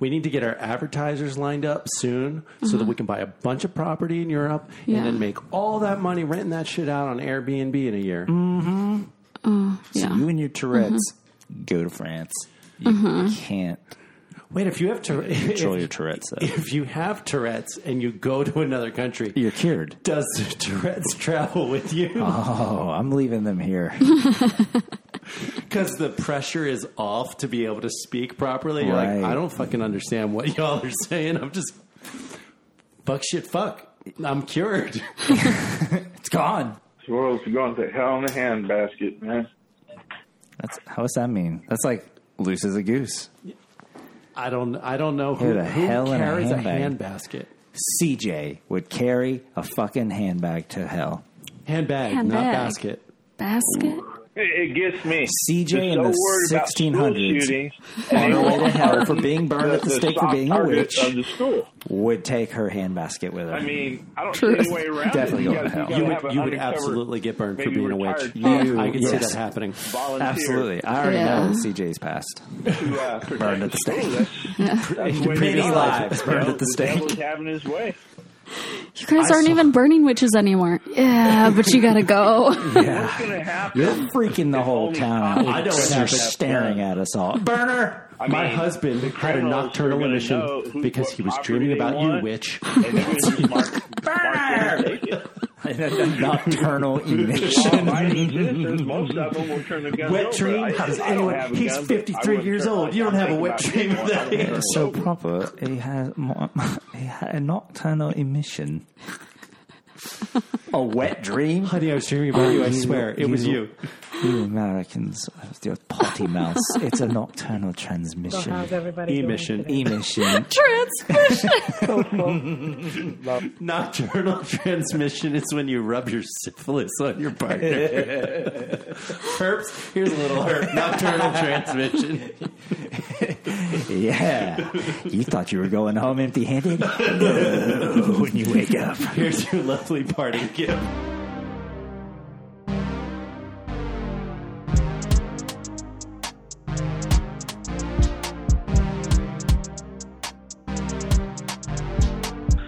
Speaker 2: We need to get our advertisers lined up soon so that we can buy a bunch of property in Europe
Speaker 4: Yeah.
Speaker 2: and then make all that money renting that shit out on Airbnb in a year.
Speaker 1: Mm-hmm.
Speaker 4: Oh,
Speaker 1: So
Speaker 4: yeah.
Speaker 1: you and your Tourette's go to France. You
Speaker 4: Mhm.
Speaker 1: can't
Speaker 2: Wait, if you have Tourette,
Speaker 1: control
Speaker 2: if,
Speaker 1: your Tourette's. Though.
Speaker 2: if you have Tourette's and you go to another country,
Speaker 1: You're cured.
Speaker 2: does the Tourette's travel with you?
Speaker 1: Oh, I'm leaving them here.
Speaker 2: Because the pressure is off to be able to speak properly. You're
Speaker 1: Right.
Speaker 2: like, I don't fucking understand what y'all are saying. I'm just fuck shit fuck. I'm cured.
Speaker 1: it's gone.
Speaker 5: The world's going to hell in a handbasket, man.
Speaker 1: That's how does that mean? That's like loose as a goose.
Speaker 2: I don't. I don't know
Speaker 1: Who
Speaker 2: who,
Speaker 1: the
Speaker 2: who
Speaker 1: hell in a
Speaker 2: carries a
Speaker 1: handbag?
Speaker 2: handbasket.
Speaker 1: CJ would carry a fucking handbag to hell.
Speaker 2: Handbag,
Speaker 4: not Handbag. basket. Basket?
Speaker 5: It, it gets me.
Speaker 1: CJ
Speaker 5: Just
Speaker 1: in
Speaker 5: so
Speaker 1: the
Speaker 5: worried about school
Speaker 1: 1600s.
Speaker 5: shootings
Speaker 1: On
Speaker 5: and
Speaker 1: her way to hell for
Speaker 5: targeting
Speaker 1: being burned at the stake for
Speaker 5: soft
Speaker 1: being a
Speaker 5: target
Speaker 1: witch.
Speaker 5: Of the school.
Speaker 1: Would take her handbasket with her.
Speaker 5: I mean, I don't see any way around
Speaker 1: Definitely
Speaker 5: it.
Speaker 1: going to
Speaker 5: gotta-
Speaker 1: hell.
Speaker 5: gotta have an undercover- maybe retired cop
Speaker 1: You-
Speaker 2: I can see
Speaker 1: yes.
Speaker 2: that happening.
Speaker 5: Volunteer.
Speaker 1: Absolutely. I already
Speaker 5: Yeah.
Speaker 1: know CJ's passed.
Speaker 5: to, uh, protect
Speaker 1: Burned at the
Speaker 5: school.
Speaker 1: stake.
Speaker 5: That's, that's the way
Speaker 1: Many
Speaker 5: it is.
Speaker 1: lives burned at the stake.
Speaker 5: devil- devil's having his way.
Speaker 4: You guys aren't even burning witches anymore. Yeah, but you gotta go.
Speaker 1: Yeah. You're freaking the whole town out.
Speaker 2: I know what
Speaker 1: You're
Speaker 2: happened.
Speaker 1: staring at us all.
Speaker 2: Burner. My husband had a nocturnal emission because he was dreaming about you, witch.
Speaker 1: Nocturnal emission.
Speaker 5: Oh, Most of them will turn the gun
Speaker 2: Wet
Speaker 5: over.
Speaker 2: dream?
Speaker 5: I-
Speaker 2: How does
Speaker 5: I don't
Speaker 2: anyone-
Speaker 5: have a
Speaker 2: he's
Speaker 5: gun, but
Speaker 2: 53
Speaker 5: I wouldn't
Speaker 2: years
Speaker 5: turn
Speaker 2: old.
Speaker 5: my-
Speaker 2: You don't
Speaker 5: I'm
Speaker 2: have a
Speaker 5: thinking
Speaker 2: wet
Speaker 5: about
Speaker 2: dream of
Speaker 5: getting one. I wouldn't
Speaker 2: that.
Speaker 5: turn it
Speaker 1: so
Speaker 5: over.
Speaker 1: proper. He has mo- he had a nocturnal emission. A wet dream,
Speaker 2: honey. I was dreaming about Oh, you. I swear, it was you.
Speaker 1: You Americans with your potty mouth. It's a nocturnal transmission.
Speaker 10: So how's
Speaker 12: E
Speaker 10: everybody doing
Speaker 1: emission.
Speaker 10: today?
Speaker 1: Emission.
Speaker 2: Nocturnal transmission is when you rub your syphilis on your partner. Herps, here's a little herp. Nocturnal transmission.
Speaker 1: Yeah. You thought you were going home empty handed? when you wake up.
Speaker 2: Here's your lovely party gift.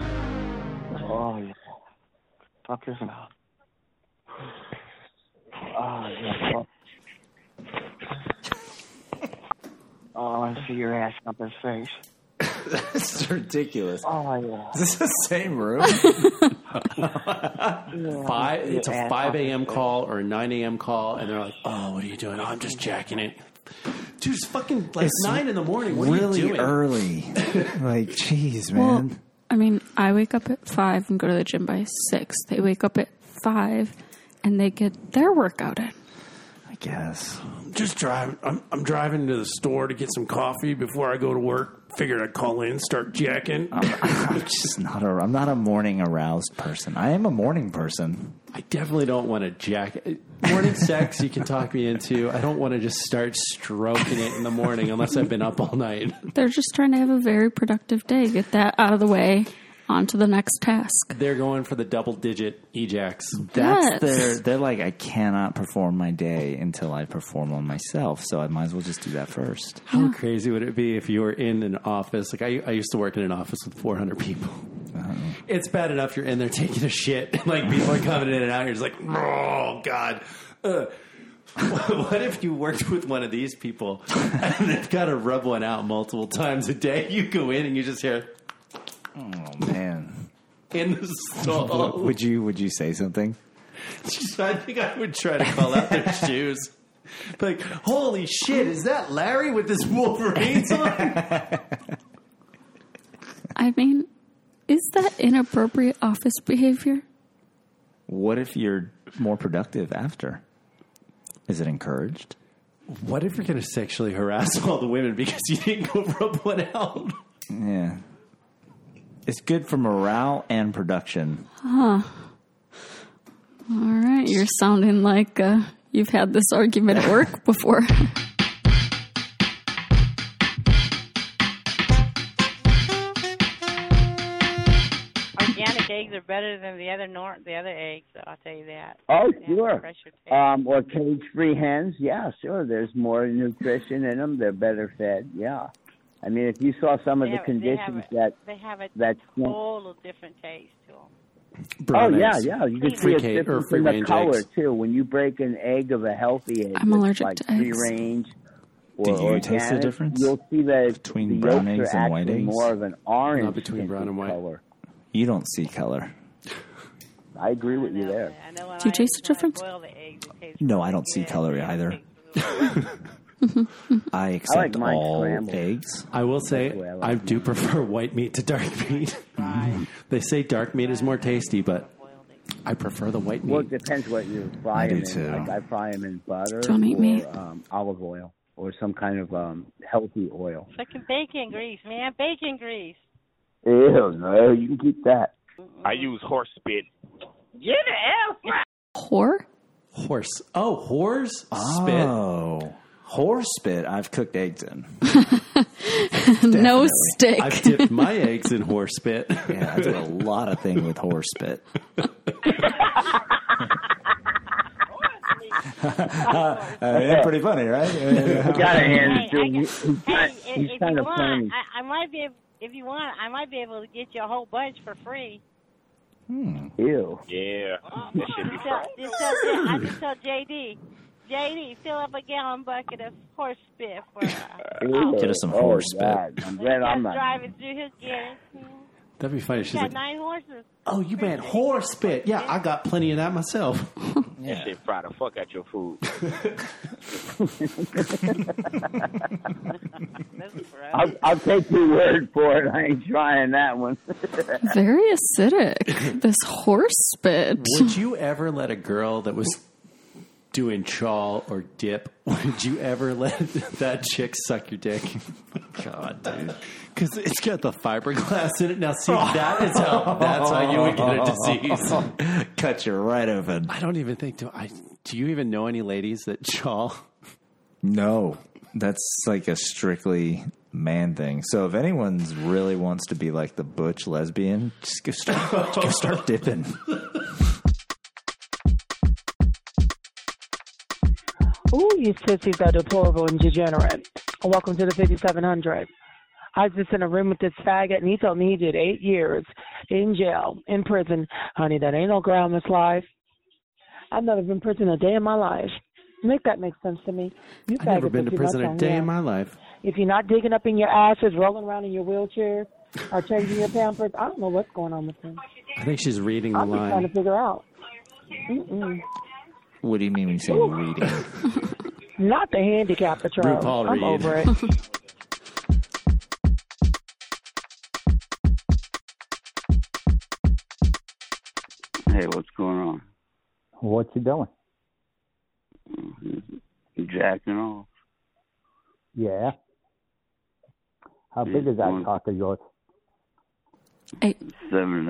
Speaker 8: Oh, yeah. Fuck yourself. Oh, yeah. fuck. Oh, I see your ass up his face.
Speaker 1: It's ridiculous.
Speaker 8: Oh, yeah.
Speaker 1: Is this the same room?
Speaker 2: Five, it's a 5 a.m. call or a 9 a.m. call, and they're like, oh, what are you doing? Oh, I'm just jacking it. Dude, it's fucking like
Speaker 1: It's
Speaker 2: 9 in the morning. What are
Speaker 1: really
Speaker 2: you doing?
Speaker 1: early. Like, jeez,
Speaker 4: Well,
Speaker 1: man.
Speaker 4: I mean, I wake up at five and go to the gym by six. They wake up at five and they get their workout in.
Speaker 1: I guess.
Speaker 2: I'm just driving. I'm, I'm driving to the store to get some coffee before I go to work. Figured I'd call in, start jacking.
Speaker 1: I'm just not a. I'm not a morning aroused person. I am a morning person.
Speaker 2: I definitely don't want to jack morning sex. You can talk me into. I don't want to just start stroking it in the morning unless I've been up all night.
Speaker 4: They're just trying to have a very productive day, get that out of the way, on to the next task.
Speaker 2: They're going for the double digit ejacs.
Speaker 1: That's
Speaker 4: Yes.
Speaker 1: their. They're like, I cannot perform my day until I perform on myself. So I might as well just do that first.
Speaker 2: How crazy would it be if you were in an office? Like I, I used to work in an office with 400 people.
Speaker 1: Uh-huh.
Speaker 2: It's bad enough you're in there taking a shit, and like people are coming in and out. You're just like, oh god. Uh, what if you worked with one of these people and they've got to rub one out multiple times a day? You go in and you just hear
Speaker 1: Oh man.
Speaker 2: in the stall.
Speaker 1: would you? Would you say something?
Speaker 2: I think I would try to call out their shoes. Like, holy shit, is that Larry with his Wolverines on?
Speaker 4: I mean, is that inappropriate office behavior?
Speaker 1: What if you're more productive after? Is it encouraged?
Speaker 2: What if you're going to sexually harass all the women because you didn't go rub one
Speaker 1: Oh,
Speaker 2: out?
Speaker 1: Yeah. It's good for morale and production.
Speaker 4: Huh. All right, you're sounding like uh, you've had this argument at work before.
Speaker 13: Organic eggs are better than the other nor- the other eggs. So I'll tell you that.
Speaker 18: Oh,
Speaker 13: Yeah,
Speaker 18: sure.
Speaker 13: fresh
Speaker 18: Um, or cage-free hens, yeah, sure. There's more nutrition in them. They're better fed, yeah. I mean, if you saw some of
Speaker 13: They
Speaker 18: the
Speaker 13: have- they have
Speaker 18: conditions that
Speaker 13: They have a
Speaker 18: that
Speaker 13: total different taste to them.
Speaker 18: oh
Speaker 2: Brown
Speaker 18: yeah,
Speaker 2: eggs.
Speaker 18: yeah, you
Speaker 2: Free
Speaker 18: can see a
Speaker 2: cage- or
Speaker 18: difference
Speaker 2: free
Speaker 18: in the
Speaker 2: range
Speaker 18: color
Speaker 2: eggs.
Speaker 18: too. When you break an egg of a healthy egg,
Speaker 4: I'm
Speaker 18: that's
Speaker 4: allergic
Speaker 18: like
Speaker 4: to
Speaker 18: free
Speaker 4: eggs.
Speaker 18: range. Or
Speaker 1: Do you taste the
Speaker 18: organic,
Speaker 1: difference
Speaker 18: You'll see that
Speaker 1: between
Speaker 18: the
Speaker 1: brown
Speaker 18: yolks
Speaker 1: eggs
Speaker 18: are
Speaker 1: and white
Speaker 18: actually
Speaker 1: eggs?
Speaker 18: more of an orange
Speaker 1: Not between brown
Speaker 18: tinted
Speaker 1: and white.
Speaker 18: color.
Speaker 1: You don't see color.
Speaker 18: I agree with you there.
Speaker 4: Do you taste the difference?
Speaker 1: No, I don't see color either. I
Speaker 18: I like
Speaker 1: accept
Speaker 18: mine
Speaker 1: all
Speaker 18: scrambled.
Speaker 1: eggs.
Speaker 2: I will say, I do prefer white meat to dark meat. they say dark meat is more tasty, but I prefer the white
Speaker 18: Well,
Speaker 2: meat.
Speaker 18: it depends what you fry
Speaker 2: I do
Speaker 18: them in.
Speaker 2: too.
Speaker 18: Like I fry them in butter
Speaker 2: Don't eat
Speaker 18: or
Speaker 2: meat.
Speaker 18: Um, olive oil.
Speaker 8: or some kind of um, healthy oil.
Speaker 19: Fucking bacon grease, man. Bacon grease.
Speaker 8: Ew, no, you can keep that.
Speaker 20: I use horse spit.
Speaker 19: Get it out.
Speaker 4: Whore?
Speaker 1: uh, Horse. Oh, horse spit. Horse spit. I've cooked eggs in.
Speaker 4: no stick.
Speaker 1: I've dipped my eggs in horse spit. yeah, I do a lot of thing with horse spit. Uh, yeah, pretty funny, right?
Speaker 8: You gotta hand it to
Speaker 19: Hey,
Speaker 8: him. He's-
Speaker 19: i-
Speaker 8: He's
Speaker 19: if
Speaker 8: kind
Speaker 19: you
Speaker 8: of funny.
Speaker 19: want, I, I might be. Able, if you want, I might be able to get you a whole bunch for free.
Speaker 1: Hmm.
Speaker 8: Ew.
Speaker 20: Yeah. That should be
Speaker 19: Just tell, just tell, I just tell JD, JD, fill up a gallon bucket of horse spit for uh, us.
Speaker 8: Ew.
Speaker 1: Get us some
Speaker 8: Oh,
Speaker 1: horse spit.
Speaker 8: God. I'm glad I'm not.
Speaker 19: driving through his garage.
Speaker 2: That'd be funny.
Speaker 19: He's
Speaker 2: She's
Speaker 19: got
Speaker 2: like,
Speaker 19: nine horses.
Speaker 2: "Oh, you meant horse spit? Yeah, I got plenty of that myself."
Speaker 20: That shit fry the fuck out your food.
Speaker 8: I'll, I'll take your word for it. I ain't trying that one.
Speaker 4: Very acidic. This horse spit.
Speaker 2: Would you ever let a girl that was doing chaw or dip? Would you ever let that chick suck your dick? God, dude, because it's got the fiberglass in it. Now, see, that is how that's how you would get a disease.
Speaker 1: Cut you right open.
Speaker 2: I don't even think do I. Do you even know any ladies that chaw?
Speaker 1: No, that's like a strictly man thing. So if anyone's really wants to be like the butch lesbian, just go start, just go start dipping.
Speaker 12: Ooh, you sissies are deplorable and degenerate. And welcome to the 5700. I was just in a room with this faggot, and he told me he did eight years in jail, in prison. Honey, that ain't no groundless life. I've never been in prison a day in my life. Make that make sense to me. You
Speaker 2: I've never
Speaker 12: faggots
Speaker 2: been
Speaker 12: are
Speaker 2: to
Speaker 12: too
Speaker 2: prison
Speaker 12: much
Speaker 2: a
Speaker 12: on
Speaker 2: day
Speaker 12: here.
Speaker 2: in my life.
Speaker 12: If you're not digging up in your asses, rolling around in your wheelchair, or changing your pampers, I don't know what's going on with them.
Speaker 2: I think she's reading the
Speaker 12: I'm just trying to
Speaker 2: line.
Speaker 12: figure out. Mm-mm.
Speaker 1: What do you mean when you say reading?
Speaker 12: Not the handicap patrol.
Speaker 1: RuPaul
Speaker 12: I'm
Speaker 1: Reed.
Speaker 12: over it.
Speaker 5: Hey, what's going on?
Speaker 8: What's he doing?
Speaker 5: You Jacking off.
Speaker 8: Yeah. How big is that cock of yours?
Speaker 5: Seven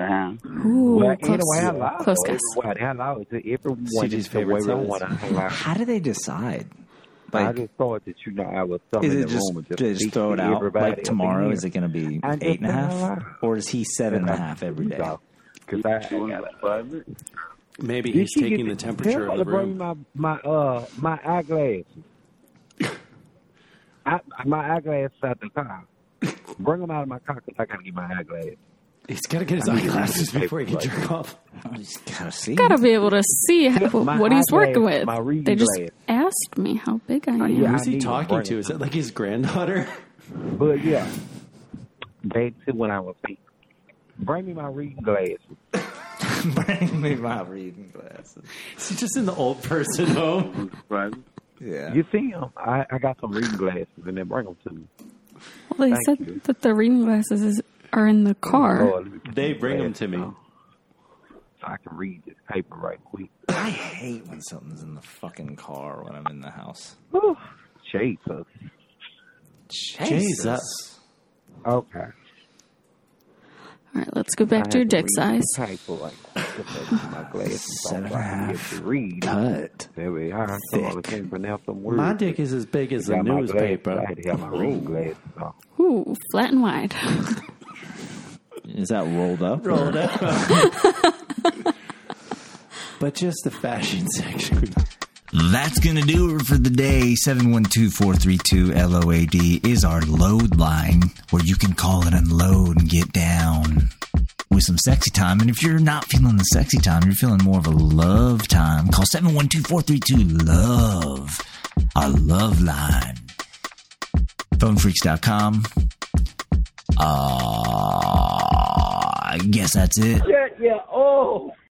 Speaker 5: and a half.
Speaker 8: Well, uh, you know, I allow
Speaker 4: close
Speaker 8: it. Everyone, I allow it. Everyone
Speaker 1: CG's
Speaker 8: is the
Speaker 1: favorite
Speaker 8: way
Speaker 1: size.
Speaker 8: everyone I allow.
Speaker 1: How do they decide?
Speaker 8: I
Speaker 1: Like-
Speaker 8: just thought that you know I was thumb
Speaker 1: Is
Speaker 8: in the
Speaker 1: it just,
Speaker 8: room and just,
Speaker 1: do they just
Speaker 8: speak
Speaker 1: throw it
Speaker 8: to
Speaker 1: out?
Speaker 8: everybody
Speaker 1: Like tomorrow,
Speaker 8: over
Speaker 1: is it going to be
Speaker 8: I
Speaker 1: eight and a
Speaker 8: just
Speaker 1: half?
Speaker 8: realized-
Speaker 1: Or is he seven and a half every day?
Speaker 8: Because
Speaker 2: Maybe
Speaker 8: You
Speaker 2: he's
Speaker 8: should
Speaker 2: taking the
Speaker 8: get-
Speaker 2: temperature
Speaker 8: tell
Speaker 2: of the
Speaker 8: her to bring
Speaker 2: room.
Speaker 8: My my uh my eyeglasses. I, my eyeglasses out the car. Bring them out of my car 'cause I gotta get my eyeglasses.
Speaker 2: He's gotta get his
Speaker 8: I need to
Speaker 2: eyeglasses
Speaker 8: read this
Speaker 2: before he can
Speaker 8: paper.
Speaker 2: jerk off.
Speaker 1: gotta see.
Speaker 4: Gotta be able to see how,
Speaker 2: my
Speaker 4: what he's working
Speaker 2: eyeglass,
Speaker 4: with.
Speaker 2: my reading
Speaker 4: They just
Speaker 2: glass.
Speaker 4: asked me how big
Speaker 8: Oh,
Speaker 4: I am.
Speaker 2: Who's he talking to? Is that like his granddaughter?
Speaker 8: But yeah, back to when I was pink. Bring me my reading glasses.
Speaker 1: Bring me my reading glasses.
Speaker 2: Is he just in the old person home?
Speaker 1: Yeah.
Speaker 8: You see 'em? I, I got some reading glasses and then bring them to me.
Speaker 4: Well, they
Speaker 8: Thank Oh,
Speaker 4: said that the reading glasses is, are in the car.
Speaker 2: They bring them to me.
Speaker 8: So I can read this paper right quick.
Speaker 1: I hate when something's in the fucking car when I'm in the house.
Speaker 8: Jesus.
Speaker 1: Jesus.
Speaker 8: Okay.
Speaker 4: All right, let's go back
Speaker 8: I
Speaker 4: to your
Speaker 8: had to
Speaker 4: dick
Speaker 8: read
Speaker 4: size.
Speaker 8: the paper like my glasses Seven and a half. Read.
Speaker 1: Cut.
Speaker 8: There we are. Come on, I can't pronounce them words.
Speaker 2: My dick is as big as a
Speaker 8: I got my
Speaker 2: newspaper.
Speaker 8: glasses. I had to have my reading glasses on.
Speaker 4: Ooh, flat and wide.
Speaker 1: Is that rolled up?
Speaker 2: Rolled up. but just the fashion section.
Speaker 3: That's going to do it for the day. 712-432-LOAD is our load line where you can call it unload and get down with some sexy time. And if you're not feeling the sexy time, you're feeling more of a love time, call 712-432-LOVE, E, our love line. Phonefreaks.com. Uh, I guess that's it.
Speaker 8: Yeah, yeah. Oh.